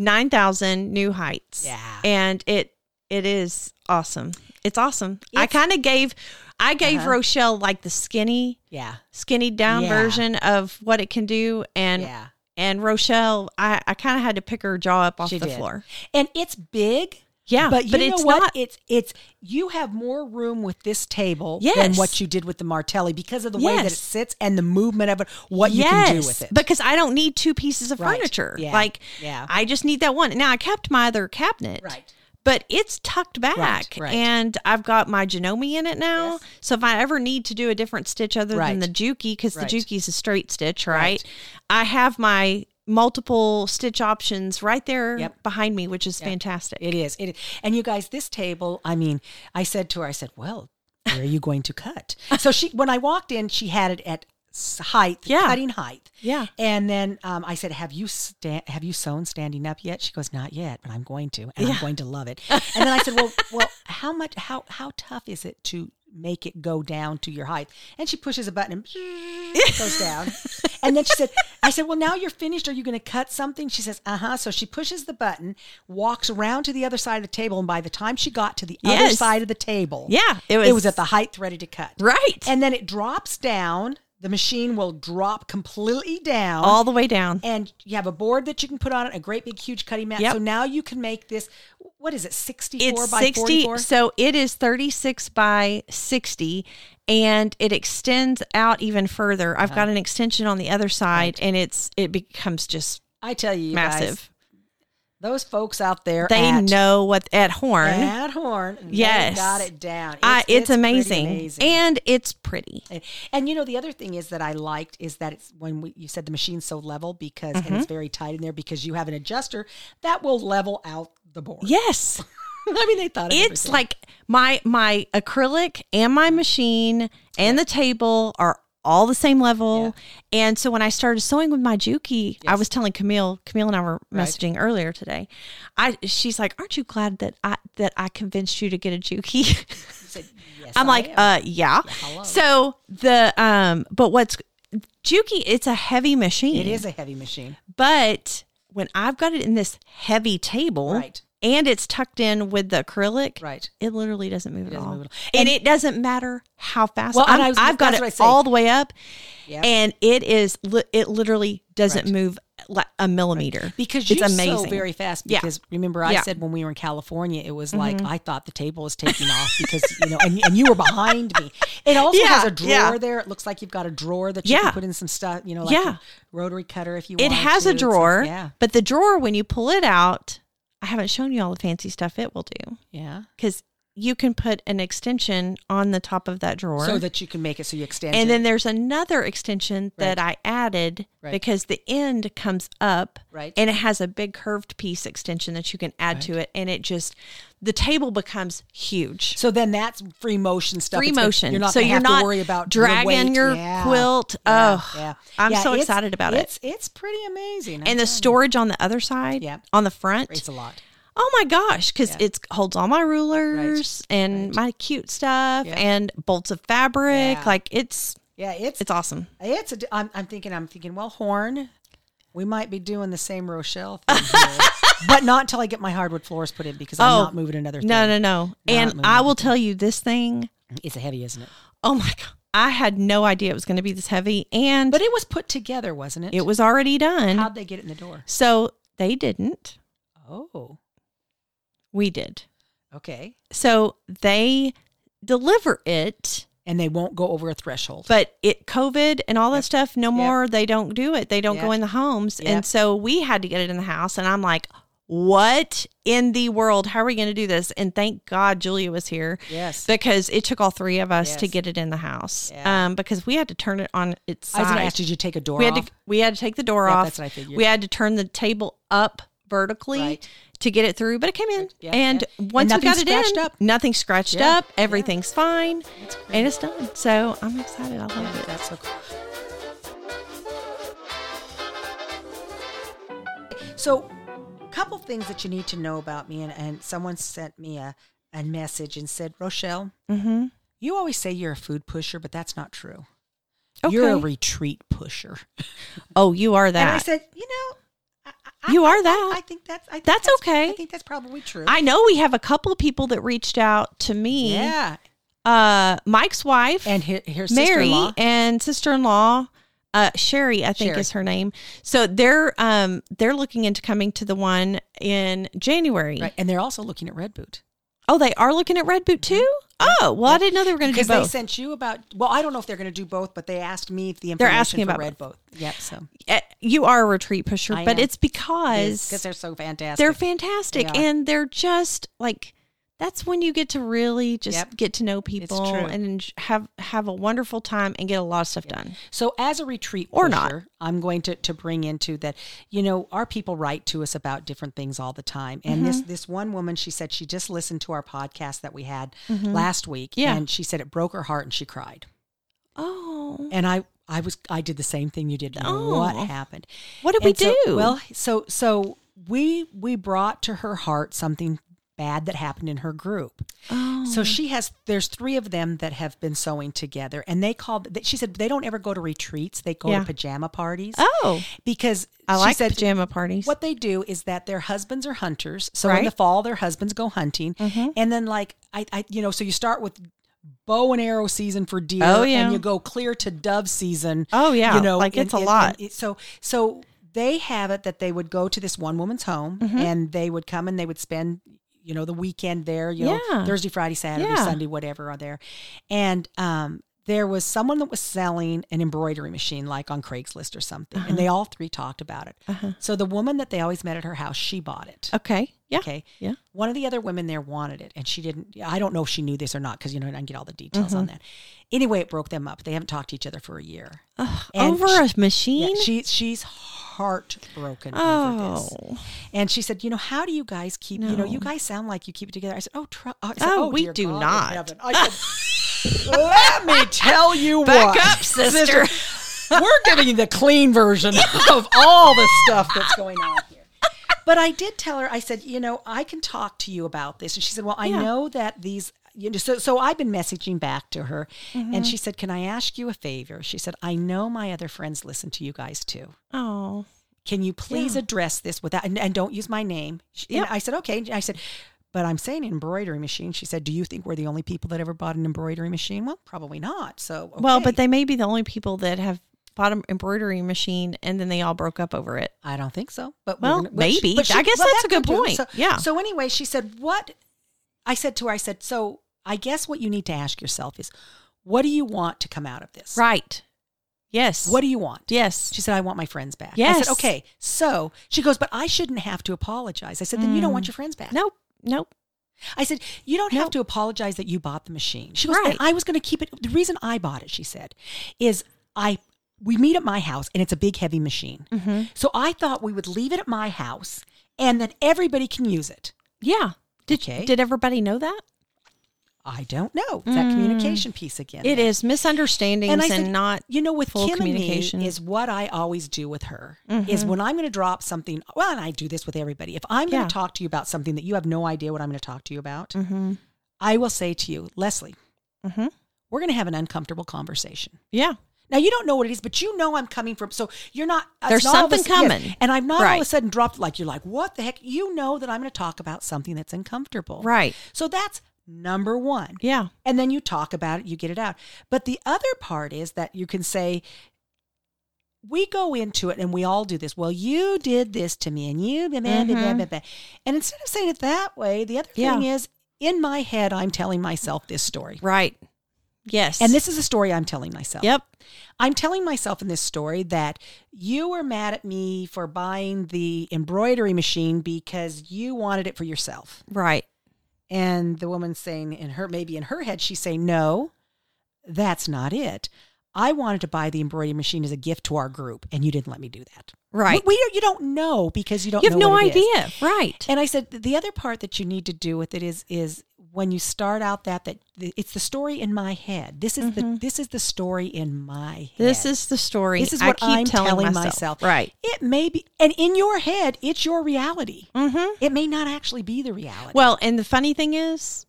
[SPEAKER 1] 9000 New Heights.
[SPEAKER 2] Yeah.
[SPEAKER 1] And it it is awesome. It's awesome. I
[SPEAKER 2] It's-
[SPEAKER 1] kind of gave I gave
[SPEAKER 2] Uh-huh.
[SPEAKER 1] Rochelle like the skinny
[SPEAKER 2] yeah,
[SPEAKER 1] skinny down
[SPEAKER 2] Yeah.
[SPEAKER 1] version of what it can do and
[SPEAKER 2] yeah.
[SPEAKER 1] and Rochelle I I kind of had to pick her jaw up off
[SPEAKER 2] She
[SPEAKER 1] the
[SPEAKER 2] did.
[SPEAKER 1] floor.
[SPEAKER 2] And it's big.
[SPEAKER 1] Yeah.
[SPEAKER 2] but you know
[SPEAKER 1] it's
[SPEAKER 2] what?
[SPEAKER 1] not
[SPEAKER 2] It's it's you have more room with this table than
[SPEAKER 1] Yes.
[SPEAKER 2] what you did with the Martelli because of the way that it
[SPEAKER 1] Yes.
[SPEAKER 2] sits and the movement of it, what you can do with it.
[SPEAKER 1] because I don't need two pieces of
[SPEAKER 2] Right.
[SPEAKER 1] furniture.
[SPEAKER 2] Yeah.
[SPEAKER 1] Like
[SPEAKER 2] Yeah.
[SPEAKER 1] I just need that one. Now I kept my other cabinet.
[SPEAKER 2] Right.
[SPEAKER 1] But it's tucked back
[SPEAKER 2] right.
[SPEAKER 1] and I've got my Janome in it now.
[SPEAKER 2] Yes.
[SPEAKER 1] So if I ever need to do a different stitch other than
[SPEAKER 2] Right.
[SPEAKER 1] the Juki, because
[SPEAKER 2] Right.
[SPEAKER 1] the Juki is a straight stitch, right?
[SPEAKER 2] Right.
[SPEAKER 1] I have my multiple stitch options right there
[SPEAKER 2] Yep.
[SPEAKER 1] behind me, which is fantastic.
[SPEAKER 2] it is. It is. And you guys, this table, I mean, I said to her, I said, Well, where are you going to cut? so she when I walked in, she had it at s- height,
[SPEAKER 1] Yeah.
[SPEAKER 2] cutting height.
[SPEAKER 1] Yeah.
[SPEAKER 2] And then um, I said, "Have you sta- have you sewn standing up yet?" She goes, "Not yet, but I'm going to, and I'm going to love it." And then I said, "Well, well, how much how how tough is it to make it go down to your height?" And she pushes a button and it goes down. And then she said, "I said, well, now you're finished. Are you going to cut something?" She says, "Uh huh." So she pushes the button, walks around to the other side of the table, and by the time she got to the other
[SPEAKER 1] Yes.
[SPEAKER 2] side of the table,
[SPEAKER 1] Yeah.
[SPEAKER 2] it was, at the height ready to cut.
[SPEAKER 1] right.
[SPEAKER 2] And then it drops down. The machine will drop completely down
[SPEAKER 1] all the way down.
[SPEAKER 2] and you have a board that you can put on it, a great big huge cutting mat.
[SPEAKER 1] Yep.
[SPEAKER 2] So now you can make this. What is it? Sixty-four
[SPEAKER 1] It's
[SPEAKER 2] by
[SPEAKER 1] 60.
[SPEAKER 2] forty-four.
[SPEAKER 1] So it is 36 by 60 and it extends out even further. I've
[SPEAKER 2] Uh-huh.
[SPEAKER 1] got an extension on the other side and it's it becomes just
[SPEAKER 2] I tell you, you guys,
[SPEAKER 1] massive.
[SPEAKER 2] those folks out there,
[SPEAKER 1] they
[SPEAKER 2] at,
[SPEAKER 1] know what at Horn.
[SPEAKER 2] at Horn. they
[SPEAKER 1] Yes.
[SPEAKER 2] got it down. It's,
[SPEAKER 1] I, it's,
[SPEAKER 2] pretty
[SPEAKER 1] amazing.
[SPEAKER 2] amazing.
[SPEAKER 1] and it's pretty.
[SPEAKER 2] And, and, you know the other thing is that I liked is that it's when we, you said the machine's so level because
[SPEAKER 1] Mm-hmm.
[SPEAKER 2] and it's very tight in there because you have an adjuster that will level out the board.
[SPEAKER 1] Yes,
[SPEAKER 2] I mean they thought of
[SPEAKER 1] it's
[SPEAKER 2] everything.
[SPEAKER 1] like my my acrylic and my machine and the table are all the same level. And so when I started sewing with my Juki, I was telling Camille, Camille and I were messaging earlier today. I she's like, "Aren't you glad that I that I convinced you to get a Juki?"
[SPEAKER 2] You said, yes,
[SPEAKER 1] I'm
[SPEAKER 2] I
[SPEAKER 1] like,
[SPEAKER 2] am.
[SPEAKER 1] uh, yeah. so the um, but what's Juki? It's a heavy machine.
[SPEAKER 2] it is a heavy machine.
[SPEAKER 1] But when I've got it in this heavy table,
[SPEAKER 2] Right.
[SPEAKER 1] and it's tucked in with the acrylic,
[SPEAKER 2] Right.
[SPEAKER 1] it literally doesn't move, at, all.
[SPEAKER 2] move at
[SPEAKER 1] And, it doesn't matter how fast.
[SPEAKER 2] Well, and
[SPEAKER 1] I'm-
[SPEAKER 2] I was-
[SPEAKER 1] I've got
[SPEAKER 2] that's what I
[SPEAKER 1] it
[SPEAKER 2] say.
[SPEAKER 1] all the way up,
[SPEAKER 2] Yep.
[SPEAKER 1] and it is li- it literally doesn't move like a millimeter
[SPEAKER 2] because you
[SPEAKER 1] it's amazing.
[SPEAKER 2] sew very fast.
[SPEAKER 1] Yeah.
[SPEAKER 2] Because remember, I
[SPEAKER 1] Yeah. Mm-hmm.
[SPEAKER 2] said when we were in California, it was like I thought the table was taking off because you know, and, and you were behind me. It also
[SPEAKER 1] Yeah,
[SPEAKER 2] has a drawer
[SPEAKER 1] yeah.
[SPEAKER 2] there. It looks like you've got a drawer that you
[SPEAKER 1] Yeah.
[SPEAKER 2] can put in some stuff. You know, like
[SPEAKER 1] Yeah.
[SPEAKER 2] a rotary cutter if you.
[SPEAKER 1] it
[SPEAKER 2] want
[SPEAKER 1] has
[SPEAKER 2] to.
[SPEAKER 1] a
[SPEAKER 2] It's like-
[SPEAKER 1] drawer,
[SPEAKER 2] yeah,
[SPEAKER 1] but the drawer when you pull it out, I haven't shown you all the fancy stuff it will do
[SPEAKER 2] yeah.
[SPEAKER 1] because you can put an extension on the top of that drawer.
[SPEAKER 2] So that you can make it so you extend.
[SPEAKER 1] And
[SPEAKER 2] it.
[SPEAKER 1] then there's another extension that I added
[SPEAKER 2] Right.
[SPEAKER 1] because the end comes up
[SPEAKER 2] Right.
[SPEAKER 1] and it has a big curved piece extension that you can add to it. And it just, the table becomes huge.
[SPEAKER 2] so then that's free motion stuff.
[SPEAKER 1] Free
[SPEAKER 2] It's gonna-
[SPEAKER 1] motion.
[SPEAKER 2] You're not
[SPEAKER 1] so
[SPEAKER 2] gonna
[SPEAKER 1] you're
[SPEAKER 2] have
[SPEAKER 1] not
[SPEAKER 2] to worry about your
[SPEAKER 1] dragging
[SPEAKER 2] weight.
[SPEAKER 1] your,
[SPEAKER 2] Yeah.
[SPEAKER 1] quilt.
[SPEAKER 2] Yeah,
[SPEAKER 1] oh,
[SPEAKER 2] yeah.
[SPEAKER 1] I'm
[SPEAKER 2] Yeah,
[SPEAKER 1] so
[SPEAKER 2] it's-
[SPEAKER 1] excited about it.
[SPEAKER 2] It's it's pretty amazing. I'm
[SPEAKER 1] And the
[SPEAKER 2] telling
[SPEAKER 1] storage on the other side,
[SPEAKER 2] Yeah.
[SPEAKER 1] on the front,
[SPEAKER 2] you. it's a lot.
[SPEAKER 1] Oh my gosh, because it holds all my rulers and my cute stuff
[SPEAKER 2] Yeah.
[SPEAKER 1] and bolts of fabric.
[SPEAKER 2] Yeah.
[SPEAKER 1] Like it's
[SPEAKER 2] Yeah, it's
[SPEAKER 1] it's awesome.
[SPEAKER 2] It's a. I'm, I'm thinking. I'm thinking. Well, Horn, we might be doing the same Rochelle thing, here, but not until I get my hardwood floors put in because I'm
[SPEAKER 1] Oh,
[SPEAKER 2] not moving another.
[SPEAKER 1] No,
[SPEAKER 2] thing.
[SPEAKER 1] no, no. and
[SPEAKER 2] moving
[SPEAKER 1] I will tell you this thing.
[SPEAKER 2] It's heavy, isn't it?
[SPEAKER 1] Oh my god. I had no idea it was going to be this heavy, and
[SPEAKER 2] But it was put together, wasn't it?
[SPEAKER 1] it was already done.
[SPEAKER 2] How'd they get it in the door?
[SPEAKER 1] so they didn't.
[SPEAKER 2] Oh,
[SPEAKER 1] We did.
[SPEAKER 2] okay.
[SPEAKER 1] So they deliver it,
[SPEAKER 2] And they won't go over a threshold.
[SPEAKER 1] but it COVID and all that stuff no
[SPEAKER 2] Yep.
[SPEAKER 1] more. They don't do it. They don't go
[SPEAKER 2] Yep.
[SPEAKER 1] in the homes,
[SPEAKER 2] Yep.
[SPEAKER 1] and so we had to get it in the house. And I'm like, what in the world? How are we going to do this? And thank God Julia was here.
[SPEAKER 2] yes.
[SPEAKER 1] Because it took all three of us to
[SPEAKER 2] Yes.
[SPEAKER 1] get it in the house,
[SPEAKER 2] Yeah.
[SPEAKER 1] um, because we had to turn it on its
[SPEAKER 2] I was going to
[SPEAKER 1] side.
[SPEAKER 2] ask, did you take a door
[SPEAKER 1] We had
[SPEAKER 2] off?
[SPEAKER 1] to we had to take the door
[SPEAKER 2] Yep,
[SPEAKER 1] off.
[SPEAKER 2] that's what I figured.
[SPEAKER 1] We had to turn the table up vertically
[SPEAKER 2] Right.
[SPEAKER 1] to get it through, but it came in.
[SPEAKER 2] Yeah,
[SPEAKER 1] and
[SPEAKER 2] yeah.
[SPEAKER 1] once
[SPEAKER 2] And
[SPEAKER 1] we got
[SPEAKER 2] nothing
[SPEAKER 1] it in,
[SPEAKER 2] scratched up.
[SPEAKER 1] nothing scratched
[SPEAKER 2] Yeah,
[SPEAKER 1] up. Everything's fine,
[SPEAKER 2] That's great.
[SPEAKER 1] and it's done. So I'm excited. I love
[SPEAKER 2] Yeah,
[SPEAKER 1] it.
[SPEAKER 2] that's so cool. So, a couple things that you need to know about me, and, and someone sent me a, a message and said, Rochelle,
[SPEAKER 1] Mm-hmm.
[SPEAKER 2] you always say you're a food pusher, but that's not true. You're a
[SPEAKER 1] Okay.
[SPEAKER 2] retreat pusher.
[SPEAKER 1] Oh, you are
[SPEAKER 2] And I
[SPEAKER 1] that.
[SPEAKER 2] said, you know, I, I,
[SPEAKER 1] You
[SPEAKER 2] I-
[SPEAKER 1] are
[SPEAKER 2] I-
[SPEAKER 1] that.
[SPEAKER 2] I, think that's I think
[SPEAKER 1] That's okay.
[SPEAKER 2] I think that's probably true.
[SPEAKER 1] I know we have a couple of people that reached out to me.
[SPEAKER 2] yeah.
[SPEAKER 1] Uh, Mike's wife
[SPEAKER 2] And her, her
[SPEAKER 1] Mary
[SPEAKER 2] sister-in-law.
[SPEAKER 1] and sister-in-law uh, Sherry, I think
[SPEAKER 2] Sherry.
[SPEAKER 1] is her name. So they're um they're looking into coming to the one in January.
[SPEAKER 2] Right, and they're also looking at Red Boot.
[SPEAKER 1] Oh, they are looking at Red Boot too. Oh, well, I didn't know they were going to do
[SPEAKER 2] because they
[SPEAKER 1] both.
[SPEAKER 2] sent you about. Well, I don't know if they're going to do both, but they asked me if the information
[SPEAKER 1] They're asking
[SPEAKER 2] for
[SPEAKER 1] about
[SPEAKER 2] Red both. Yep. So
[SPEAKER 1] Eh, you are a retreat pusher,
[SPEAKER 2] I
[SPEAKER 1] but
[SPEAKER 2] am.
[SPEAKER 1] it's because
[SPEAKER 2] because they're so fantastic.
[SPEAKER 1] they're fantastic
[SPEAKER 2] They are.
[SPEAKER 1] and they're just like that's when you get to really just
[SPEAKER 2] Yep.
[SPEAKER 1] get to know people
[SPEAKER 2] true.
[SPEAKER 1] and en- have have a wonderful time and get a lot of stuff done.
[SPEAKER 2] so as a retreat
[SPEAKER 1] Or not.
[SPEAKER 2] pusher, I'm going to to bring into that. You know, our people write to us about different things all the time, and this
[SPEAKER 1] Mm-hmm.
[SPEAKER 2] this one woman, she said she just listened to our podcast that we had last week,
[SPEAKER 1] Mm-hmm. Yeah.
[SPEAKER 2] and she said it broke her heart and she cried.
[SPEAKER 1] Oh,
[SPEAKER 2] And I I was I did the same thing you did.
[SPEAKER 1] Oh.
[SPEAKER 2] What happened?
[SPEAKER 1] what did we
[SPEAKER 2] And so-
[SPEAKER 1] do?
[SPEAKER 2] Well, so so we we brought to her heart something bad that happened in her group.
[SPEAKER 1] oh,
[SPEAKER 2] So she has there's three of them that have been sewing together and they call th- she said they don't ever go to retreats, they go
[SPEAKER 1] Yeah.
[SPEAKER 2] to pajama parties
[SPEAKER 1] oh,
[SPEAKER 2] because
[SPEAKER 1] I
[SPEAKER 2] she
[SPEAKER 1] like
[SPEAKER 2] said
[SPEAKER 1] pajama parties.
[SPEAKER 2] what they do is that their husbands are hunters. So
[SPEAKER 1] Right. Mm-hmm.
[SPEAKER 2] in the fall, their husbands go hunting, and then like I, I, you know, so you start with bow and arrow season for deer,
[SPEAKER 1] Oh, yeah.
[SPEAKER 2] and you go clear to dove season.
[SPEAKER 1] Oh, yeah.
[SPEAKER 2] you know,
[SPEAKER 1] Like,
[SPEAKER 2] and-
[SPEAKER 1] it's a
[SPEAKER 2] and-
[SPEAKER 1] lot.
[SPEAKER 2] and it- so so they have it that they would go to this one woman's home,
[SPEAKER 1] Mm-hmm.
[SPEAKER 2] and they would come and they would spend. You know the weekend there, you
[SPEAKER 1] Yeah.
[SPEAKER 2] know Thursday, Friday, Saturday,
[SPEAKER 1] Yeah.
[SPEAKER 2] Sunday, whatever are there, and um, there was someone that was selling an embroidery machine, like on Craigslist or something,
[SPEAKER 1] Uh-huh.
[SPEAKER 2] and they all three talked about it. So the woman that they always met at her house, she bought it.
[SPEAKER 1] Okay, yeah,
[SPEAKER 2] Okay.
[SPEAKER 1] yeah.
[SPEAKER 2] One of the other women there wanted it, and she didn't. I don't know if she knew this or not because you know I didn't get all the details
[SPEAKER 1] Mm-hmm.
[SPEAKER 2] on that. Anyway, it broke them up. They haven't talked to each other for a year.
[SPEAKER 1] Ugh,
[SPEAKER 2] And
[SPEAKER 1] over a machine.
[SPEAKER 2] Yeah, she she's heartbroken over
[SPEAKER 1] oh,
[SPEAKER 2] this. And she said, "You know, how do you guys keep? You know, you guys sound like you keep it together." I said, "Oh, tr- I said,
[SPEAKER 1] Oh,
[SPEAKER 2] oh,
[SPEAKER 1] we
[SPEAKER 2] dear
[SPEAKER 1] do
[SPEAKER 2] God in
[SPEAKER 1] not.
[SPEAKER 2] heaven." I said, "Let me tell you
[SPEAKER 1] back
[SPEAKER 2] what,
[SPEAKER 1] up, sister.
[SPEAKER 2] We're giving you the clean version of all the stuff that's going on here. But I did tell her, I said, you know, I can talk to you about this. And she said, well, I
[SPEAKER 1] Yeah.
[SPEAKER 2] know that these, you know, so, so I've been messaging back to her.
[SPEAKER 1] Mm-hmm.
[SPEAKER 2] And she said, can I ask you a favor? She said, I know my other friends listen to you guys too.
[SPEAKER 1] oh,
[SPEAKER 2] Can you please address this without, and, and don't use my name? She-
[SPEAKER 1] Yep.
[SPEAKER 2] And I said, okay. And I said, but I'm saying embroidery machine. She said, do you think we're the only people that ever bought an embroidery machine? Well, probably not. So,
[SPEAKER 1] Well,
[SPEAKER 2] okay.
[SPEAKER 1] but they may be the only people that have bought an embroidery machine and then they all broke up over it.
[SPEAKER 2] I don't think so. But
[SPEAKER 1] Well, maybe. I guess that's
[SPEAKER 2] that
[SPEAKER 1] a good
[SPEAKER 2] could do it.
[SPEAKER 1] point.
[SPEAKER 2] So,
[SPEAKER 1] Yeah.
[SPEAKER 2] So anyway, she said, "What?" I said to her, "I said, so I guess what you need to ask yourself is, what do you want to come out of this?
[SPEAKER 1] Right. Yes.
[SPEAKER 2] What do you want?"
[SPEAKER 1] Yes.
[SPEAKER 2] She said, "I want my friends back." I
[SPEAKER 1] Yes.
[SPEAKER 2] said, "Okay." So she goes, "But I shouldn't have to apologize." I said, "Then you
[SPEAKER 1] Hmm.
[SPEAKER 2] don't want your friends back."
[SPEAKER 1] Nope. Nope.
[SPEAKER 2] I said, "You don't
[SPEAKER 1] No.
[SPEAKER 2] have to apologize that you bought the machine." She goes,
[SPEAKER 1] Right.
[SPEAKER 2] "And I was going to keep it. The reason I bought it," she said, "is I." We meet at my house and it's a big heavy machine.
[SPEAKER 1] Mm-hmm.
[SPEAKER 2] So I thought we would leave it at my house and then everybody can use it.
[SPEAKER 1] Yeah. Did
[SPEAKER 2] Okay.
[SPEAKER 1] did everybody know that?
[SPEAKER 2] I don't know. It's that communication piece again.
[SPEAKER 1] Mm. It is misunderstandings and,
[SPEAKER 2] I said,
[SPEAKER 1] not
[SPEAKER 2] you know, with
[SPEAKER 1] full
[SPEAKER 2] Kim
[SPEAKER 1] communication. Mm-hmm.
[SPEAKER 2] and me is what I always do with her is when I'm going to drop something. Well, and I do this with everybody. If I'm going
[SPEAKER 1] Yeah.
[SPEAKER 2] to talk to you about something that you have no idea what I'm going to talk to you about,
[SPEAKER 1] Mm-hmm.
[SPEAKER 2] I will say to you, Leslie, we're going to have an uncomfortable conversation.
[SPEAKER 1] Yeah.
[SPEAKER 2] Now you don't know what it is, but you know I'm coming from. So you're not. it's
[SPEAKER 1] There's
[SPEAKER 2] not all of a
[SPEAKER 1] something
[SPEAKER 2] sudden- yes,
[SPEAKER 1] coming.
[SPEAKER 2] and I'm not all of
[SPEAKER 1] Right.
[SPEAKER 2] a sudden dropped like you're like, what the heck? You know that I'm going to talk about something that's uncomfortable,
[SPEAKER 1] Right.
[SPEAKER 2] So that's number one.
[SPEAKER 1] Yeah.
[SPEAKER 2] And then you talk about it, you get it out. But the other part is that you can say, we go into it and we all do this. Well, you did this to me and you, blah, blah, blah, blah, blah, blah. and instead of saying it that way, the other
[SPEAKER 1] Mm-hmm. Yeah.
[SPEAKER 2] thing is in my head, I'm telling myself this story.
[SPEAKER 1] Right. Yes.
[SPEAKER 2] And this is a story I'm telling myself.
[SPEAKER 1] Yep.
[SPEAKER 2] I'm telling myself in this story that you were mad at me for buying the embroidery machine because you wanted it for yourself.
[SPEAKER 1] Right.
[SPEAKER 2] And the woman's saying in her maybe in her head she's saying, "No, that's not it. I wanted to buy the embroidery machine as a gift to our group, and you didn't let me do that.
[SPEAKER 1] Right.
[SPEAKER 2] We, we don't, you don't know because you don't.
[SPEAKER 1] you have
[SPEAKER 2] know
[SPEAKER 1] no
[SPEAKER 2] what it is.
[SPEAKER 1] idea. Right.
[SPEAKER 2] And I said the other part that you need to do with it is is when you start out that that it's the story in my head. This is the this is the story in my head.
[SPEAKER 1] Mm-hmm. This is the story.
[SPEAKER 2] This is
[SPEAKER 1] I
[SPEAKER 2] what
[SPEAKER 1] keep
[SPEAKER 2] I'm
[SPEAKER 1] telling,
[SPEAKER 2] telling
[SPEAKER 1] myself.
[SPEAKER 2] myself.
[SPEAKER 1] Right.
[SPEAKER 2] it may be, and in your head, it's your reality.
[SPEAKER 1] Mm-hmm.
[SPEAKER 2] It may not actually be the reality.
[SPEAKER 1] Well, and the funny thing is,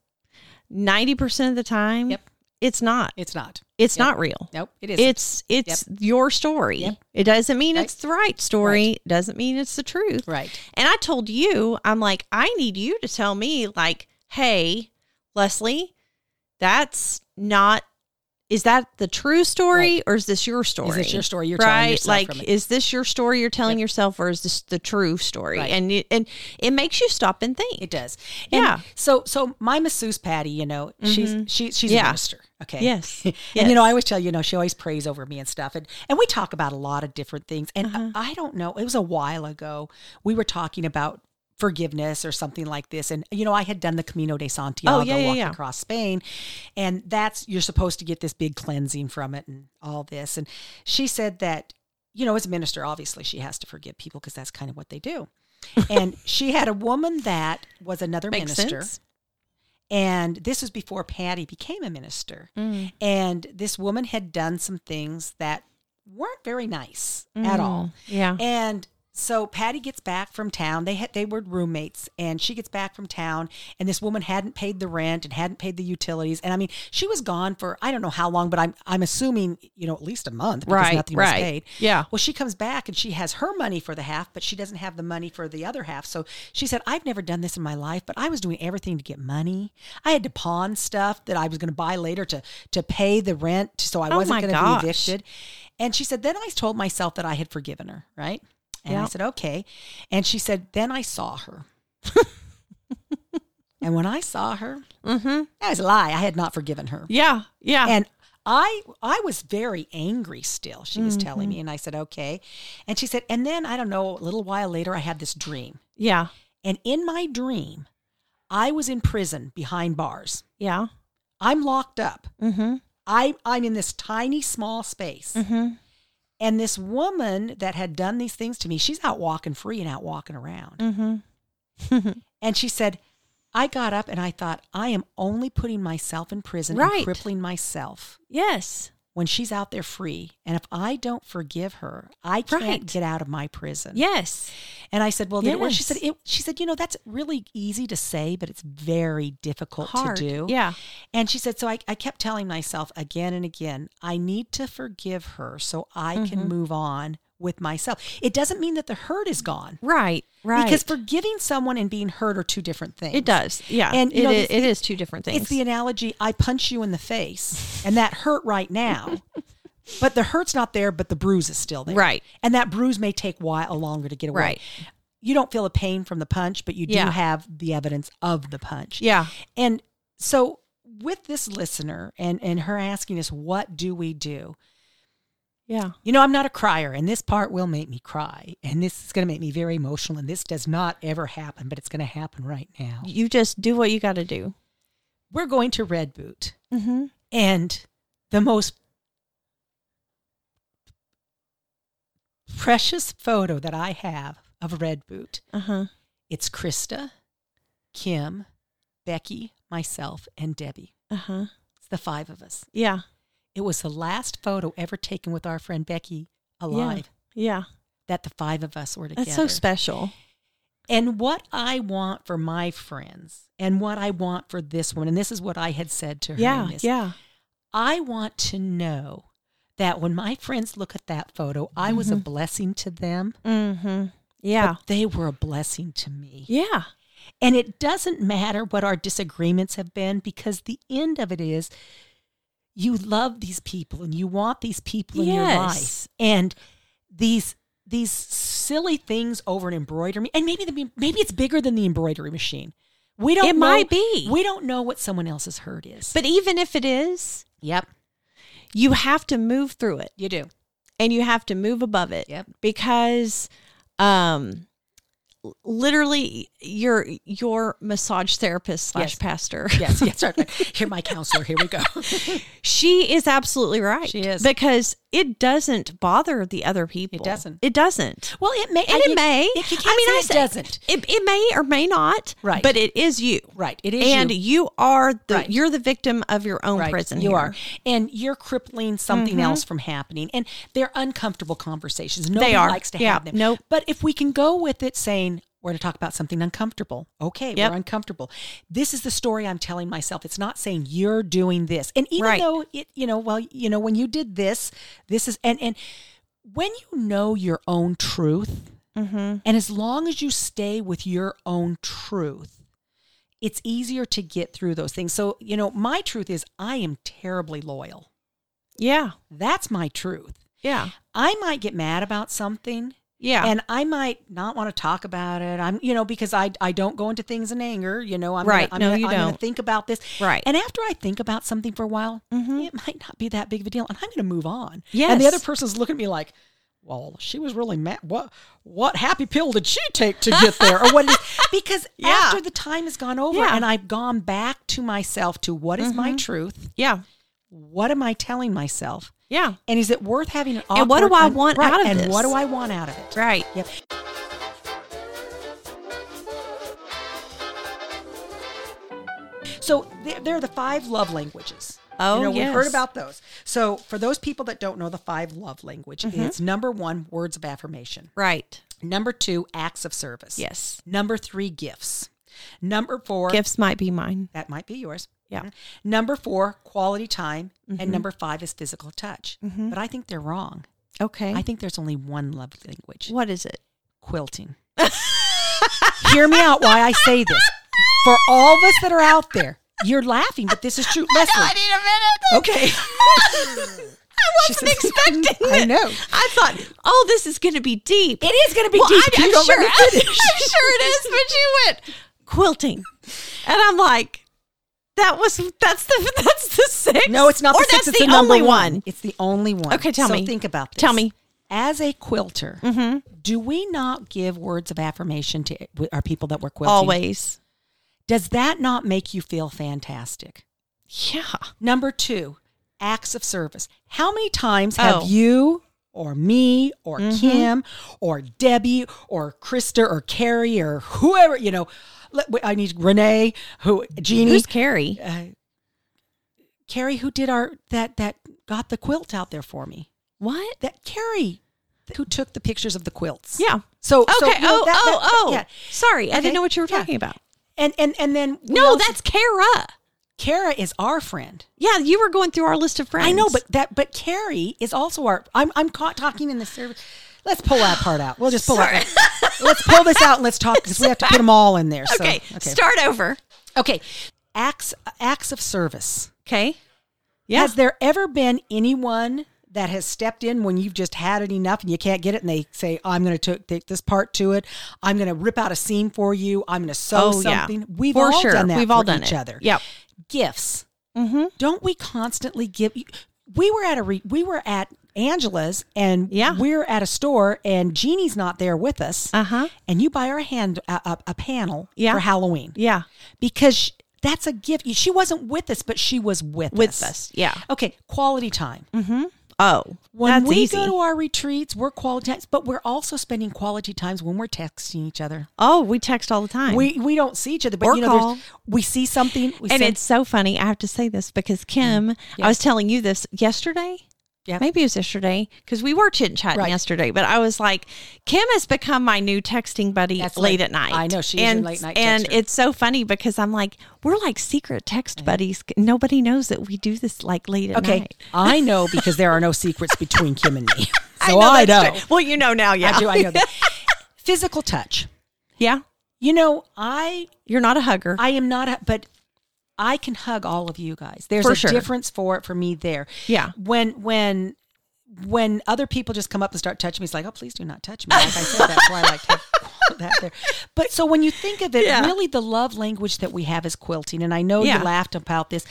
[SPEAKER 1] ninety percent of the time,
[SPEAKER 2] Yep.
[SPEAKER 1] it's not.
[SPEAKER 2] it's not.
[SPEAKER 1] It's
[SPEAKER 2] Yep.
[SPEAKER 1] not real.
[SPEAKER 2] Nope, it isn't.
[SPEAKER 1] It's it's your story.
[SPEAKER 2] Yep.
[SPEAKER 1] It doesn't mean
[SPEAKER 2] Right.
[SPEAKER 1] it's the right story. Doesn't mean it's the truth.
[SPEAKER 2] right.
[SPEAKER 1] And I told you, I'm like, I need you to tell me, like, hey, Leslie, that's not. Is that the true story or is this your story?
[SPEAKER 2] Is this your story you're
[SPEAKER 1] right?
[SPEAKER 2] telling yourself
[SPEAKER 1] like,
[SPEAKER 2] from it?
[SPEAKER 1] is this your story you're telling yourself, or is this the true story?
[SPEAKER 2] Right.
[SPEAKER 1] And it, and it makes you stop and think.
[SPEAKER 2] It does.
[SPEAKER 1] Yeah.
[SPEAKER 2] So so my masseuse Patty, you know, she's she, she's
[SPEAKER 1] Yeah.
[SPEAKER 2] a minister. Okay.
[SPEAKER 1] Yes.
[SPEAKER 2] and
[SPEAKER 1] Yes.
[SPEAKER 2] you know, I always tell you, you know, she always prays over me and stuff. And and we talk about a lot of different things. And
[SPEAKER 1] Uh-huh.
[SPEAKER 2] I, I don't know, it was a while ago. We were talking about forgiveness or something like this. And you know, I had done the Camino de Santiago
[SPEAKER 1] Oh, yeah, yeah,
[SPEAKER 2] walking
[SPEAKER 1] yeah.
[SPEAKER 2] across Spain. And that's you're supposed to get this big cleansing from it and all this. And she said that, you know, as a minister, obviously she has to forgive people because that's kind of what they do. and she had a woman that was another
[SPEAKER 1] Makes
[SPEAKER 2] minister.
[SPEAKER 1] sense.
[SPEAKER 2] And this was before Patty became a minister.
[SPEAKER 1] Mm.
[SPEAKER 2] And this woman had done some things that weren't very nice at all.
[SPEAKER 1] Yeah.
[SPEAKER 2] And so Patty gets back from town. They had they were roommates, and she gets back from town, and this woman hadn't paid the rent and hadn't paid the utilities, and I mean she was gone for I don't know how long, but I'm I'm assuming you know at least a month because
[SPEAKER 1] Right,
[SPEAKER 2] nothing was
[SPEAKER 1] right.
[SPEAKER 2] paid.
[SPEAKER 1] Yeah.
[SPEAKER 2] Well, she comes back and she has her money for the half, but she doesn't have the money for the other half. So she said, I've never done this in my life, but I was doing everything to get money. I had to pawn stuff that I was going to buy later to to pay the rent, so I
[SPEAKER 1] Oh my
[SPEAKER 2] wasn't going to
[SPEAKER 1] gosh.
[SPEAKER 2] be evicted. And she said, then I told myself that I had forgiven her, right? And I
[SPEAKER 1] Yeah.
[SPEAKER 2] said, okay. And she said, then I saw her. and when I saw her,
[SPEAKER 1] mm-hmm.
[SPEAKER 2] that was a lie. I had not forgiven her.
[SPEAKER 1] Yeah. Yeah.
[SPEAKER 2] And I I was very angry still, she was telling
[SPEAKER 1] Mm-hmm.
[SPEAKER 2] me. And I said, okay. And she said, and then I don't know, a little while later, I had this dream.
[SPEAKER 1] yeah.
[SPEAKER 2] And in my dream, I was in prison behind bars.
[SPEAKER 1] Yeah.
[SPEAKER 2] I'm locked up.
[SPEAKER 1] Mm-hmm.
[SPEAKER 2] I, I'm in this tiny, small space.
[SPEAKER 1] Mm-hmm.
[SPEAKER 2] And this woman that had done these things to me, she's out walking free and out walking around.
[SPEAKER 1] Mm-hmm.
[SPEAKER 2] And she said, I got up and I thought, I am only putting myself in prison
[SPEAKER 1] Right.
[SPEAKER 2] and crippling myself
[SPEAKER 1] yes.
[SPEAKER 2] when she's out there free. And if I don't forgive her, I can't
[SPEAKER 1] Right.
[SPEAKER 2] get out of my prison.
[SPEAKER 1] Yes.
[SPEAKER 2] And I said, Well, did it work? She
[SPEAKER 1] Yes.
[SPEAKER 2] said, it, she said, you know, that's really easy to say, but it's very difficult
[SPEAKER 1] Hard.
[SPEAKER 2] to do.
[SPEAKER 1] Yeah.
[SPEAKER 2] And she said, So I, I kept telling myself again and again, I need to forgive her so I
[SPEAKER 1] Mm-hmm.
[SPEAKER 2] can move on with myself. It doesn't mean that the hurt is gone.
[SPEAKER 1] Right. Right.
[SPEAKER 2] Because forgiving someone and being hurt are two different things.
[SPEAKER 1] it does. Yeah.
[SPEAKER 2] And, you
[SPEAKER 1] it,
[SPEAKER 2] know,
[SPEAKER 1] i-
[SPEAKER 2] this-
[SPEAKER 1] it is two different things.
[SPEAKER 2] It's the analogy I punch you in the face and that hurt right now. but the hurt's not there, but the bruise is still there.
[SPEAKER 1] Right.
[SPEAKER 2] And that bruise may take while longer to get away.
[SPEAKER 1] Right.
[SPEAKER 2] You don't feel a pain from the punch, but you do
[SPEAKER 1] Yeah.
[SPEAKER 2] have the evidence of the punch.
[SPEAKER 1] yeah.
[SPEAKER 2] And so with this listener and and her asking us what do we do?
[SPEAKER 1] Yeah.
[SPEAKER 2] You know, I'm not a crier and this part will make me cry and this is going to make me very emotional and this does not ever happen, but it's going to happen right now.
[SPEAKER 1] You just do what you got to do.
[SPEAKER 2] We're going to Red Boot.
[SPEAKER 1] Mm-hmm.
[SPEAKER 2] and the most precious photo that I have of Red Boot.
[SPEAKER 1] Uh huh.
[SPEAKER 2] It's Krista, Kim, Becky, myself, and Debbie.
[SPEAKER 1] Uh huh.
[SPEAKER 2] It's the five of us.
[SPEAKER 1] Yeah.
[SPEAKER 2] It was the last photo ever taken with our friend Becky alive
[SPEAKER 1] Yeah.
[SPEAKER 2] that the five of us were together.
[SPEAKER 1] That's so special.
[SPEAKER 2] And what I want for my friends and what I want for this one, and this is what I had said to her. in
[SPEAKER 1] Yeah.
[SPEAKER 2] this,
[SPEAKER 1] Yeah.
[SPEAKER 2] I want to know that when my friends look at that photo, I was a blessing to them.
[SPEAKER 1] Mm-hmm. Yeah.
[SPEAKER 2] But they were a blessing to me.
[SPEAKER 1] yeah.
[SPEAKER 2] And it doesn't matter what our disagreements have been because the end of it is you love these people and you want these people in your life.
[SPEAKER 1] Yes.
[SPEAKER 2] And these these silly things over an embroidery and maybe the maybe it's bigger than the embroidery machine. We don't
[SPEAKER 1] It
[SPEAKER 2] know-
[SPEAKER 1] might be.
[SPEAKER 2] We don't know what someone else's hurt is.
[SPEAKER 1] But even if it is,
[SPEAKER 2] yep,
[SPEAKER 1] you have to move through it
[SPEAKER 2] you do.
[SPEAKER 1] and you have to move above it.
[SPEAKER 2] Yep.
[SPEAKER 1] Because um l- literally your your massage therapist slash
[SPEAKER 2] Yes.
[SPEAKER 1] pastor.
[SPEAKER 2] Yes, yes, right. Here my counselor, here we go.
[SPEAKER 1] She is absolutely right.
[SPEAKER 2] She is.
[SPEAKER 1] Because it doesn't bother the other people.
[SPEAKER 2] doesn't.
[SPEAKER 1] It doesn't.
[SPEAKER 2] well, it may
[SPEAKER 1] And it
[SPEAKER 2] you-
[SPEAKER 1] may.
[SPEAKER 2] you can't
[SPEAKER 1] I mean, I
[SPEAKER 2] say
[SPEAKER 1] say-
[SPEAKER 2] it doesn't.
[SPEAKER 1] It, it may or may not.
[SPEAKER 2] Right.
[SPEAKER 1] But it is you.
[SPEAKER 2] Right. It is
[SPEAKER 1] And
[SPEAKER 2] you.
[SPEAKER 1] you, are the
[SPEAKER 2] Right.
[SPEAKER 1] you're the victim of your own
[SPEAKER 2] Right.
[SPEAKER 1] prison.
[SPEAKER 2] You
[SPEAKER 1] here. Mm-hmm.
[SPEAKER 2] are. And you're crippling something else from happening. And they're uncomfortable conversations. Nobody
[SPEAKER 1] are.
[SPEAKER 2] likes to
[SPEAKER 1] Yeah.
[SPEAKER 2] have them.
[SPEAKER 1] Nope.
[SPEAKER 2] But if we can go with it saying, we're going to talk about something uncomfortable. Okay,
[SPEAKER 1] Yep.
[SPEAKER 2] we're uncomfortable. This is the story I'm telling myself. It's not saying you're doing this. And even
[SPEAKER 1] Right.
[SPEAKER 2] though it, you know, well, you know, when you did this, this is and and when you know your own truth,
[SPEAKER 1] Mm-hmm.
[SPEAKER 2] and as long as you stay with your own truth, it's easier to get through those things. So, you know, my truth is I am terribly loyal.
[SPEAKER 1] Yeah.
[SPEAKER 2] That's my truth.
[SPEAKER 1] Yeah.
[SPEAKER 2] I might get mad about something
[SPEAKER 1] Yeah.
[SPEAKER 2] and I might not want to talk about it. I'm, you know, because I I don't go into things in anger. You know, I'm
[SPEAKER 1] Right.
[SPEAKER 2] Gonna, I'm
[SPEAKER 1] No,
[SPEAKER 2] gonna,
[SPEAKER 1] you
[SPEAKER 2] I'm gonna
[SPEAKER 1] don't.
[SPEAKER 2] think about this.
[SPEAKER 1] Right. Mm-hmm.
[SPEAKER 2] And after I think about something for a while, it might not be that big of a deal, and I'm gonna move on. And the
[SPEAKER 1] Yes.
[SPEAKER 2] other person's looking at me like, "Well, she was really mad. What what happy pill did she take to get there, or what it is?" Because
[SPEAKER 1] Yeah.
[SPEAKER 2] after the time has gone over,
[SPEAKER 1] Yeah. Mm-hmm.
[SPEAKER 2] and I've gone back to myself to what is my truth?
[SPEAKER 1] yeah.
[SPEAKER 2] What am I telling myself?
[SPEAKER 1] Yeah.
[SPEAKER 2] And is it worth having an awkward?
[SPEAKER 1] And what do I
[SPEAKER 2] un-
[SPEAKER 1] want
[SPEAKER 2] right,
[SPEAKER 1] out of
[SPEAKER 2] and
[SPEAKER 1] this?
[SPEAKER 2] what do I want out of it?
[SPEAKER 1] Right.
[SPEAKER 2] Yep. So th- there are the five love languages.
[SPEAKER 1] Oh,
[SPEAKER 2] you know, we've heard
[SPEAKER 1] yes.
[SPEAKER 2] about those. So for those people that don't know the five love language,
[SPEAKER 1] Mm-hmm.
[SPEAKER 2] it's number one, words of affirmation.
[SPEAKER 1] Right.
[SPEAKER 2] Number two, acts of service.
[SPEAKER 1] Yes.
[SPEAKER 2] Number three, gifts. Number four,
[SPEAKER 1] Gifts might be mine.
[SPEAKER 2] that might be yours.
[SPEAKER 1] Yeah. Mm-hmm.
[SPEAKER 2] Mhm. Number four, quality time. And number five is physical touch. But I think they're wrong.
[SPEAKER 1] Okay.
[SPEAKER 2] I think there's only one love language
[SPEAKER 1] what is it?
[SPEAKER 2] quilting. Hear me out why I say this. For all of us that are out there, you're laughing, but this is true. Leslie,
[SPEAKER 1] need a minute.
[SPEAKER 2] okay.
[SPEAKER 1] I wasn't
[SPEAKER 2] says-
[SPEAKER 1] expecting
[SPEAKER 2] I
[SPEAKER 1] it.
[SPEAKER 2] know.
[SPEAKER 1] I thought, oh, this is going to be deep.
[SPEAKER 2] It is going to be
[SPEAKER 1] well,
[SPEAKER 2] deep.
[SPEAKER 1] I,
[SPEAKER 2] you
[SPEAKER 1] am
[SPEAKER 2] don't
[SPEAKER 1] sure.
[SPEAKER 2] let me
[SPEAKER 1] I'm
[SPEAKER 2] finish.
[SPEAKER 1] sure it is. But you went quilting, and I'm like, that was that's the that's the six.
[SPEAKER 2] No, it's not
[SPEAKER 1] Or
[SPEAKER 2] the six.
[SPEAKER 1] that's
[SPEAKER 2] it's
[SPEAKER 1] the,
[SPEAKER 2] the number
[SPEAKER 1] only
[SPEAKER 2] one.
[SPEAKER 1] one.
[SPEAKER 2] It's the only one.
[SPEAKER 1] Okay, tell
[SPEAKER 2] so
[SPEAKER 1] me.
[SPEAKER 2] think about this.
[SPEAKER 1] Tell me. Mm-hmm.
[SPEAKER 2] As a quilter, do we not give words of affirmation to our people that we're quilting?
[SPEAKER 1] Always.
[SPEAKER 2] Does that not make you feel fantastic?
[SPEAKER 1] Yeah.
[SPEAKER 2] Number two, acts of service. How many times have
[SPEAKER 1] Oh. Mm-hmm.
[SPEAKER 2] you or me or Kim or Debbie or Krista or Carrie or whoever, you know, let- I need Renee, who, Jeannie,
[SPEAKER 1] Who's Carrie?
[SPEAKER 2] uh, Carrie, who did our, that, that got the quilt out there for me.
[SPEAKER 1] What?
[SPEAKER 2] That Carrie, who took the pictures of the quilts.
[SPEAKER 1] Yeah.
[SPEAKER 2] So,
[SPEAKER 1] Okay.
[SPEAKER 2] so, you know,
[SPEAKER 1] oh,
[SPEAKER 2] that-
[SPEAKER 1] oh,
[SPEAKER 2] that-
[SPEAKER 1] oh.
[SPEAKER 2] yeah.
[SPEAKER 1] Sorry, I
[SPEAKER 2] Okay,
[SPEAKER 1] didn't know what you were
[SPEAKER 2] yeah.
[SPEAKER 1] talking about.
[SPEAKER 2] And, and, and then we
[SPEAKER 1] No,
[SPEAKER 2] also-
[SPEAKER 1] that's Kara.
[SPEAKER 2] Kara is our friend.
[SPEAKER 1] Yeah, you were going through our list of friends.
[SPEAKER 2] I know, but that but Carrie is also our. I'm I'm caught talking in the service. Let's pull that part out. We'll just pull
[SPEAKER 1] Sorry.
[SPEAKER 2] it. Let's pull this out and let's talk because we have to put them all in there. So,
[SPEAKER 1] okay, start over.
[SPEAKER 2] okay. Acts acts of service.
[SPEAKER 1] Okay. Yeah.
[SPEAKER 2] Has there ever been anyone that has stepped in when you've just had it enough and you can't get it, and they say, "Oh, "I'm going to take this part to it. I'm going to rip out a seam for you. I'm going to sew
[SPEAKER 1] Oh, yeah.
[SPEAKER 2] something." We've
[SPEAKER 1] For
[SPEAKER 2] all
[SPEAKER 1] sure.
[SPEAKER 2] done that.
[SPEAKER 1] We've
[SPEAKER 2] for
[SPEAKER 1] all done
[SPEAKER 2] each
[SPEAKER 1] it. Mm-hmm.
[SPEAKER 2] other.
[SPEAKER 1] Yep.
[SPEAKER 2] Gifts. don't we constantly give we were at a re, we were at angela's and
[SPEAKER 1] Yeah.
[SPEAKER 2] we're at a store and jeannie's not there with us
[SPEAKER 1] Uh-huh.
[SPEAKER 2] and you buy her a hand a, a, a panel
[SPEAKER 1] Yeah.
[SPEAKER 2] for halloween
[SPEAKER 1] Yeah.
[SPEAKER 2] because sh that's a gift she wasn't with us but she was with,
[SPEAKER 1] With
[SPEAKER 2] us
[SPEAKER 1] us. Yeah.
[SPEAKER 2] okay quality time
[SPEAKER 1] Oh,
[SPEAKER 2] when
[SPEAKER 1] that's
[SPEAKER 2] we
[SPEAKER 1] easy.
[SPEAKER 2] go to our retreats we're quality times but we're also spending quality times when we're texting each other
[SPEAKER 1] oh, we text all the time.
[SPEAKER 2] we we don't see each other but
[SPEAKER 1] Or
[SPEAKER 2] you know there's-
[SPEAKER 1] call.
[SPEAKER 2] we see something we
[SPEAKER 1] and
[SPEAKER 2] send-
[SPEAKER 1] it's so funny. I have to say this because Kim, I was telling you this yesterday.
[SPEAKER 2] Yeah.
[SPEAKER 1] Maybe it was yesterday because we were chit chatting
[SPEAKER 2] Right.
[SPEAKER 1] yesterday. But I was like, Kim has become my new texting buddy
[SPEAKER 2] That's
[SPEAKER 1] late
[SPEAKER 2] like-
[SPEAKER 1] at night.
[SPEAKER 2] I know, she is a
[SPEAKER 1] and,
[SPEAKER 2] late night
[SPEAKER 1] and
[SPEAKER 2] texter.
[SPEAKER 1] it's so funny because I'm like, we're like secret text buddies. Nobody knows that we do this like late at
[SPEAKER 2] okay
[SPEAKER 1] night.
[SPEAKER 2] i know because there are no secrets between kim and me so
[SPEAKER 1] know
[SPEAKER 2] i know,
[SPEAKER 1] that's true. Well, you know now, yeah,
[SPEAKER 2] I do. I know that. Physical touch.
[SPEAKER 1] yeah.
[SPEAKER 2] You know, I
[SPEAKER 1] You're not a hugger.
[SPEAKER 2] I am not, a- but I can hug all of you guys. There's
[SPEAKER 1] For
[SPEAKER 2] a
[SPEAKER 1] sure.
[SPEAKER 2] difference for for me there.
[SPEAKER 1] yeah.
[SPEAKER 2] When when when other people just come up and start touching me, it's like, oh, please do not touch me. Like I said, that's why I like to have that there. But so when you think of it,
[SPEAKER 1] Yeah.
[SPEAKER 2] really the love language that we have is quilting, and I know
[SPEAKER 1] Yeah.
[SPEAKER 2] you laughed about this,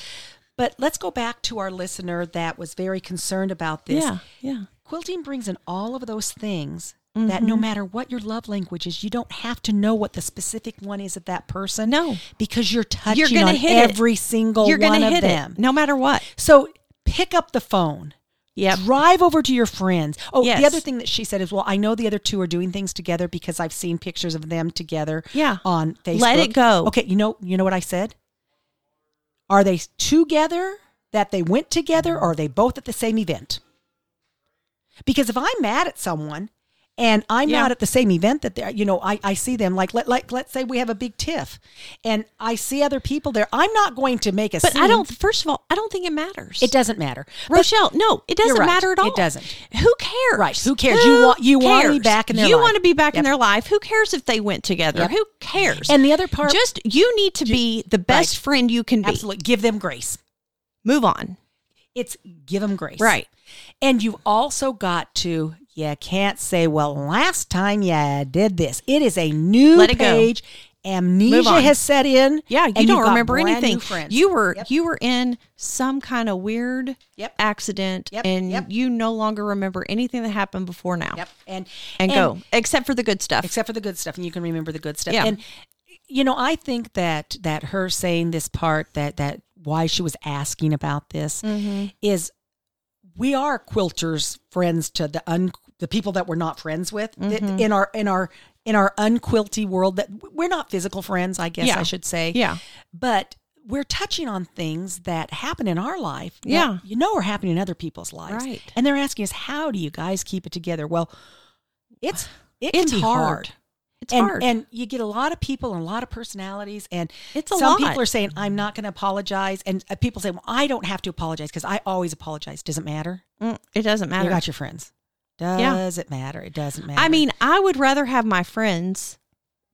[SPEAKER 2] but let's go back to our listener that was very concerned about this
[SPEAKER 1] Yeah. Yeah.
[SPEAKER 2] quilting brings in all of those things that
[SPEAKER 1] Mm-hmm.
[SPEAKER 2] no matter what your love language is, you don't have to know what the specific one is of that person.
[SPEAKER 1] No.
[SPEAKER 2] because you're touching
[SPEAKER 1] You're gonna
[SPEAKER 2] on
[SPEAKER 1] hit it.
[SPEAKER 2] every single
[SPEAKER 1] You're
[SPEAKER 2] one
[SPEAKER 1] gonna
[SPEAKER 2] of
[SPEAKER 1] hit
[SPEAKER 2] them.
[SPEAKER 1] it no matter what.
[SPEAKER 2] So pick up the phone.
[SPEAKER 1] Yep.
[SPEAKER 2] Drive over to your friends. Oh,
[SPEAKER 1] Yes.
[SPEAKER 2] the other thing that she said is, well, I know the other two are doing things together because I've seen pictures of them together.
[SPEAKER 1] Yeah.
[SPEAKER 2] on Facebook.
[SPEAKER 1] Let it go.
[SPEAKER 2] Okay, you know, you know what I said. Are they together? That they went together, or are they both at the same event? Because if I'm mad at someone and I'm
[SPEAKER 1] Yeah.
[SPEAKER 2] not at the same event that they're, you know, I, I see them like let like let's say we have a big tiff, and I see other people there. I'm not going to make a.
[SPEAKER 1] But I
[SPEAKER 2] scene.
[SPEAKER 1] don't. First of all, I don't think it matters.
[SPEAKER 2] It doesn't matter. But
[SPEAKER 1] Rochelle, no, it doesn't
[SPEAKER 2] right.
[SPEAKER 1] matter at
[SPEAKER 2] It
[SPEAKER 1] all.
[SPEAKER 2] doesn't.
[SPEAKER 1] Who cares?
[SPEAKER 2] Right. Who cares? You want- you want me back in their
[SPEAKER 1] You
[SPEAKER 2] life.
[SPEAKER 1] want to be back in
[SPEAKER 2] Yep.
[SPEAKER 1] their life. Who cares if they went together?
[SPEAKER 2] Yep.
[SPEAKER 1] Who cares?
[SPEAKER 2] And the other part-
[SPEAKER 1] just you need to be the best
[SPEAKER 2] Right.
[SPEAKER 1] friend you can be.
[SPEAKER 2] absolutely give them grace.
[SPEAKER 1] Move on.
[SPEAKER 2] It's give them grace.
[SPEAKER 1] Right.
[SPEAKER 2] And you've also got to, you can't say, well, last time you did this. It is a new
[SPEAKER 1] Let it go.
[SPEAKER 2] page.
[SPEAKER 1] Move
[SPEAKER 2] Amnesia
[SPEAKER 1] on.
[SPEAKER 2] has set in.
[SPEAKER 1] Yeah, you
[SPEAKER 2] and you've
[SPEAKER 1] don't
[SPEAKER 2] got
[SPEAKER 1] remember
[SPEAKER 2] brand new
[SPEAKER 1] anything.
[SPEAKER 2] friends.
[SPEAKER 1] You were
[SPEAKER 2] Yep.
[SPEAKER 1] you were in some kind of weird
[SPEAKER 2] Yep.
[SPEAKER 1] accident,
[SPEAKER 2] Yep.
[SPEAKER 1] and
[SPEAKER 2] Yep.
[SPEAKER 1] you no longer remember anything that happened before now.
[SPEAKER 2] Yep. And,
[SPEAKER 1] And, go, except for the good stuff.
[SPEAKER 2] Except for the good stuff. And you can remember the good stuff.
[SPEAKER 1] Yeah.
[SPEAKER 2] And, you know, I think that that her saying this part that that why she was asking about this
[SPEAKER 1] Mm-hmm.
[SPEAKER 2] is we are quilters friends to the un the people that we're not friends with that
[SPEAKER 1] Mm-hmm.
[SPEAKER 2] in our in our in our unquilty world that we're not physical friends i guess
[SPEAKER 1] Yeah.
[SPEAKER 2] i should say
[SPEAKER 1] yeah,
[SPEAKER 2] but we're touching on things that happen in our life that
[SPEAKER 1] Yeah.
[SPEAKER 2] you know are happening in other people's lives
[SPEAKER 1] Right.
[SPEAKER 2] and they're asking us how do you guys keep it together well it's it
[SPEAKER 1] It's
[SPEAKER 2] can be
[SPEAKER 1] hard.
[SPEAKER 2] hard,
[SPEAKER 1] it's
[SPEAKER 2] and,
[SPEAKER 1] hard.
[SPEAKER 2] and you get a lot of people and a lot of personalities and
[SPEAKER 1] It's a
[SPEAKER 2] some
[SPEAKER 1] lot.
[SPEAKER 2] people are saying i'm not going to apologize and uh, people say well i don't have to apologize because i always apologize doesn't matter
[SPEAKER 1] Mm, it doesn't matter.
[SPEAKER 2] you got your friends. Does
[SPEAKER 1] Yeah.
[SPEAKER 2] it matter? It doesn't matter.
[SPEAKER 1] I mean, I would rather have my friends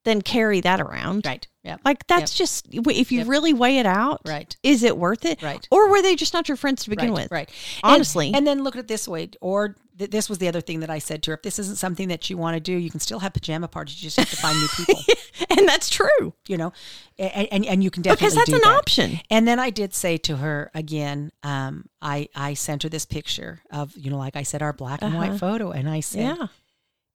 [SPEAKER 1] than carry that around.
[SPEAKER 2] right. Yeah.
[SPEAKER 1] Like that's just if you
[SPEAKER 2] Yep.
[SPEAKER 1] really weigh it out,
[SPEAKER 2] Right.
[SPEAKER 1] Is it worth it?
[SPEAKER 2] Right.
[SPEAKER 1] Or were they just not your friends to begin
[SPEAKER 2] right,
[SPEAKER 1] with?
[SPEAKER 2] Right. And-
[SPEAKER 1] Honestly.
[SPEAKER 2] And, then look at it this way, or th- this was the other thing that I said to her. If this isn't something that you want to do, you can still have pajama parties. You just have to find new people,
[SPEAKER 1] and that's true
[SPEAKER 2] you know, and, and, and you can definitely
[SPEAKER 1] because that's
[SPEAKER 2] do
[SPEAKER 1] an
[SPEAKER 2] that.
[SPEAKER 1] option.
[SPEAKER 2] And then I did say to her again, um, I, I sent her this picture of, you know, like I said, our black and
[SPEAKER 1] Uh-huh.
[SPEAKER 2] white photo. And I said,
[SPEAKER 1] Yeah.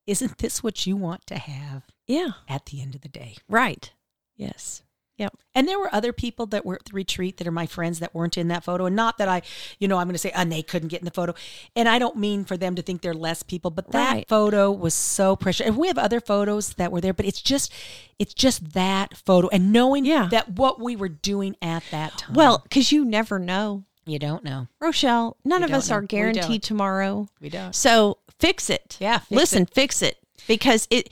[SPEAKER 2] isn't this what you want to have
[SPEAKER 1] Yeah.
[SPEAKER 2] at the end of the day?
[SPEAKER 1] Right. Yes. Yep.
[SPEAKER 2] And there were other people that were at the retreat that are my friends that weren't in that photo. And not that I, you know, I'm going to say, and they couldn't get in the photo. And I don't mean for them to think they're less people, but that
[SPEAKER 1] Right.
[SPEAKER 2] photo was so precious. And we have other photos that were there, but it's just, it's just that photo and knowing
[SPEAKER 1] Yeah.
[SPEAKER 2] that what we were doing at that time.
[SPEAKER 1] Well, because you never know,
[SPEAKER 2] you don't know.
[SPEAKER 1] Rochelle. None
[SPEAKER 2] Um, We
[SPEAKER 1] of us
[SPEAKER 2] don't know.
[SPEAKER 1] are
[SPEAKER 2] We
[SPEAKER 1] guaranteed
[SPEAKER 2] don't.
[SPEAKER 1] tomorrow.
[SPEAKER 2] We don't.
[SPEAKER 1] So fix it.
[SPEAKER 2] Yeah, fix
[SPEAKER 1] Listen, fix it because it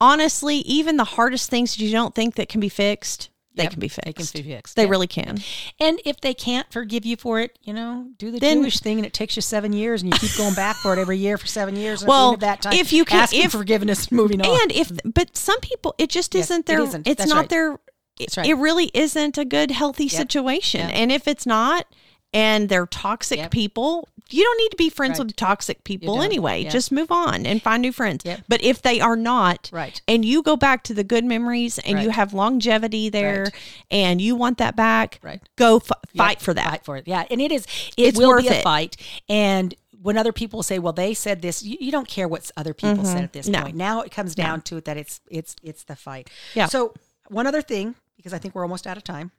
[SPEAKER 1] honestly, even the hardest things that you don't think that can be fixed, they
[SPEAKER 2] Yep,
[SPEAKER 1] can be fixed.
[SPEAKER 2] they can be fixed,
[SPEAKER 1] They
[SPEAKER 2] yeah.
[SPEAKER 1] really can.
[SPEAKER 2] And if they can't forgive you for it, you know, do the
[SPEAKER 1] Then-
[SPEAKER 2] Jewish thing and it takes you seven years and you keep going back for it every year for seven years. And at the
[SPEAKER 1] Well,
[SPEAKER 2] end of that time,
[SPEAKER 1] if you can-
[SPEAKER 2] asking
[SPEAKER 1] if-
[SPEAKER 2] forgiveness and moving on.
[SPEAKER 1] And if, but some people, it just
[SPEAKER 2] Yes,
[SPEAKER 1] isn't
[SPEAKER 2] it
[SPEAKER 1] their,
[SPEAKER 2] isn't.
[SPEAKER 1] it's
[SPEAKER 2] That's
[SPEAKER 1] not
[SPEAKER 2] right.
[SPEAKER 1] their,
[SPEAKER 2] That's right.
[SPEAKER 1] it really isn't a good, healthy
[SPEAKER 2] Yep.
[SPEAKER 1] situation.
[SPEAKER 2] Yep.
[SPEAKER 1] And if it's not, and they're toxic
[SPEAKER 2] Yep.
[SPEAKER 1] people, you don't need to be friends
[SPEAKER 2] Right.
[SPEAKER 1] with toxic people
[SPEAKER 2] don't.
[SPEAKER 1] anyway.
[SPEAKER 2] Yeah.
[SPEAKER 1] Just move on and find new friends.
[SPEAKER 2] Yep.
[SPEAKER 1] But if they are not,
[SPEAKER 2] Right.
[SPEAKER 1] and you go back to the good memories and you
[SPEAKER 2] Right.
[SPEAKER 1] have longevity there
[SPEAKER 2] Right.
[SPEAKER 1] and you want that back,
[SPEAKER 2] Right.
[SPEAKER 1] go f-
[SPEAKER 2] Yeah,
[SPEAKER 1] fight for that.
[SPEAKER 2] Fight for it. Yeah, and it is. It
[SPEAKER 1] It's
[SPEAKER 2] will
[SPEAKER 1] worth
[SPEAKER 2] be a
[SPEAKER 1] it.
[SPEAKER 2] fight. And when other people say, "Well, they said this," you, you don't care what other people said at this
[SPEAKER 1] Mm-hmm. No.
[SPEAKER 2] point. Now it comes down to it that it's it's it's the fight.
[SPEAKER 1] Yeah.
[SPEAKER 2] So one other thing, because I think we're almost out of time.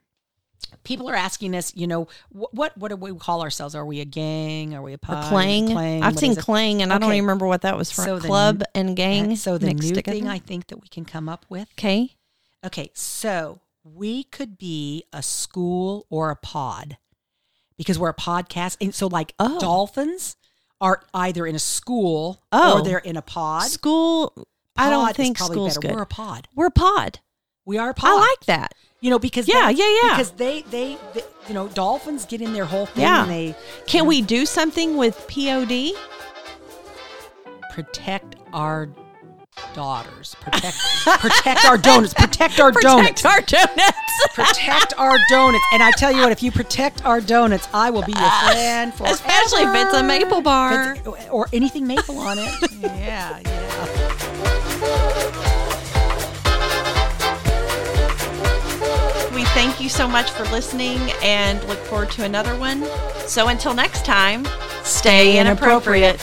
[SPEAKER 2] People are asking us, you know, wh- what what do we call ourselves? Are we a gang? Are we a pod?
[SPEAKER 1] A clang. I've
[SPEAKER 2] What
[SPEAKER 1] seen
[SPEAKER 2] is it?
[SPEAKER 1] clang and I don't
[SPEAKER 2] Okay.
[SPEAKER 1] even remember what that was from.
[SPEAKER 2] So the
[SPEAKER 1] Club and gang.
[SPEAKER 2] So the
[SPEAKER 1] mixed
[SPEAKER 2] new
[SPEAKER 1] together.
[SPEAKER 2] thing I think that we can come up with.
[SPEAKER 1] okay.
[SPEAKER 2] Okay, so we could be a school or a pod because we're a podcast. And so, like,
[SPEAKER 1] Oh.
[SPEAKER 2] dolphins are either in a school
[SPEAKER 1] Oh.
[SPEAKER 2] or they're in a pod.
[SPEAKER 1] School. I
[SPEAKER 2] Pod
[SPEAKER 1] don't
[SPEAKER 2] is
[SPEAKER 1] think
[SPEAKER 2] probably
[SPEAKER 1] school's
[SPEAKER 2] better.
[SPEAKER 1] good.
[SPEAKER 2] We're a pod.
[SPEAKER 1] We're a pod.
[SPEAKER 2] We are a pod.
[SPEAKER 1] I like that.
[SPEAKER 2] you know, because
[SPEAKER 1] Yeah,
[SPEAKER 2] that's-
[SPEAKER 1] yeah, yeah.
[SPEAKER 2] Because they, they, they, you know, dolphins get in their whole thing
[SPEAKER 1] Yeah.
[SPEAKER 2] and they
[SPEAKER 1] Can we do something with POD?
[SPEAKER 2] protect our daughters. Protect, protect our donuts. Protect our donuts.
[SPEAKER 1] Protect our donuts.
[SPEAKER 2] Protect our donuts. And I tell you what, if you protect our donuts, I will be your friend forever.
[SPEAKER 1] Especially if it's a maple bar.
[SPEAKER 2] If it's- or anything maple on it. yeah, yeah.
[SPEAKER 1] We thank you so much for listening and look forward to another one. So until next time, stay inappropriate.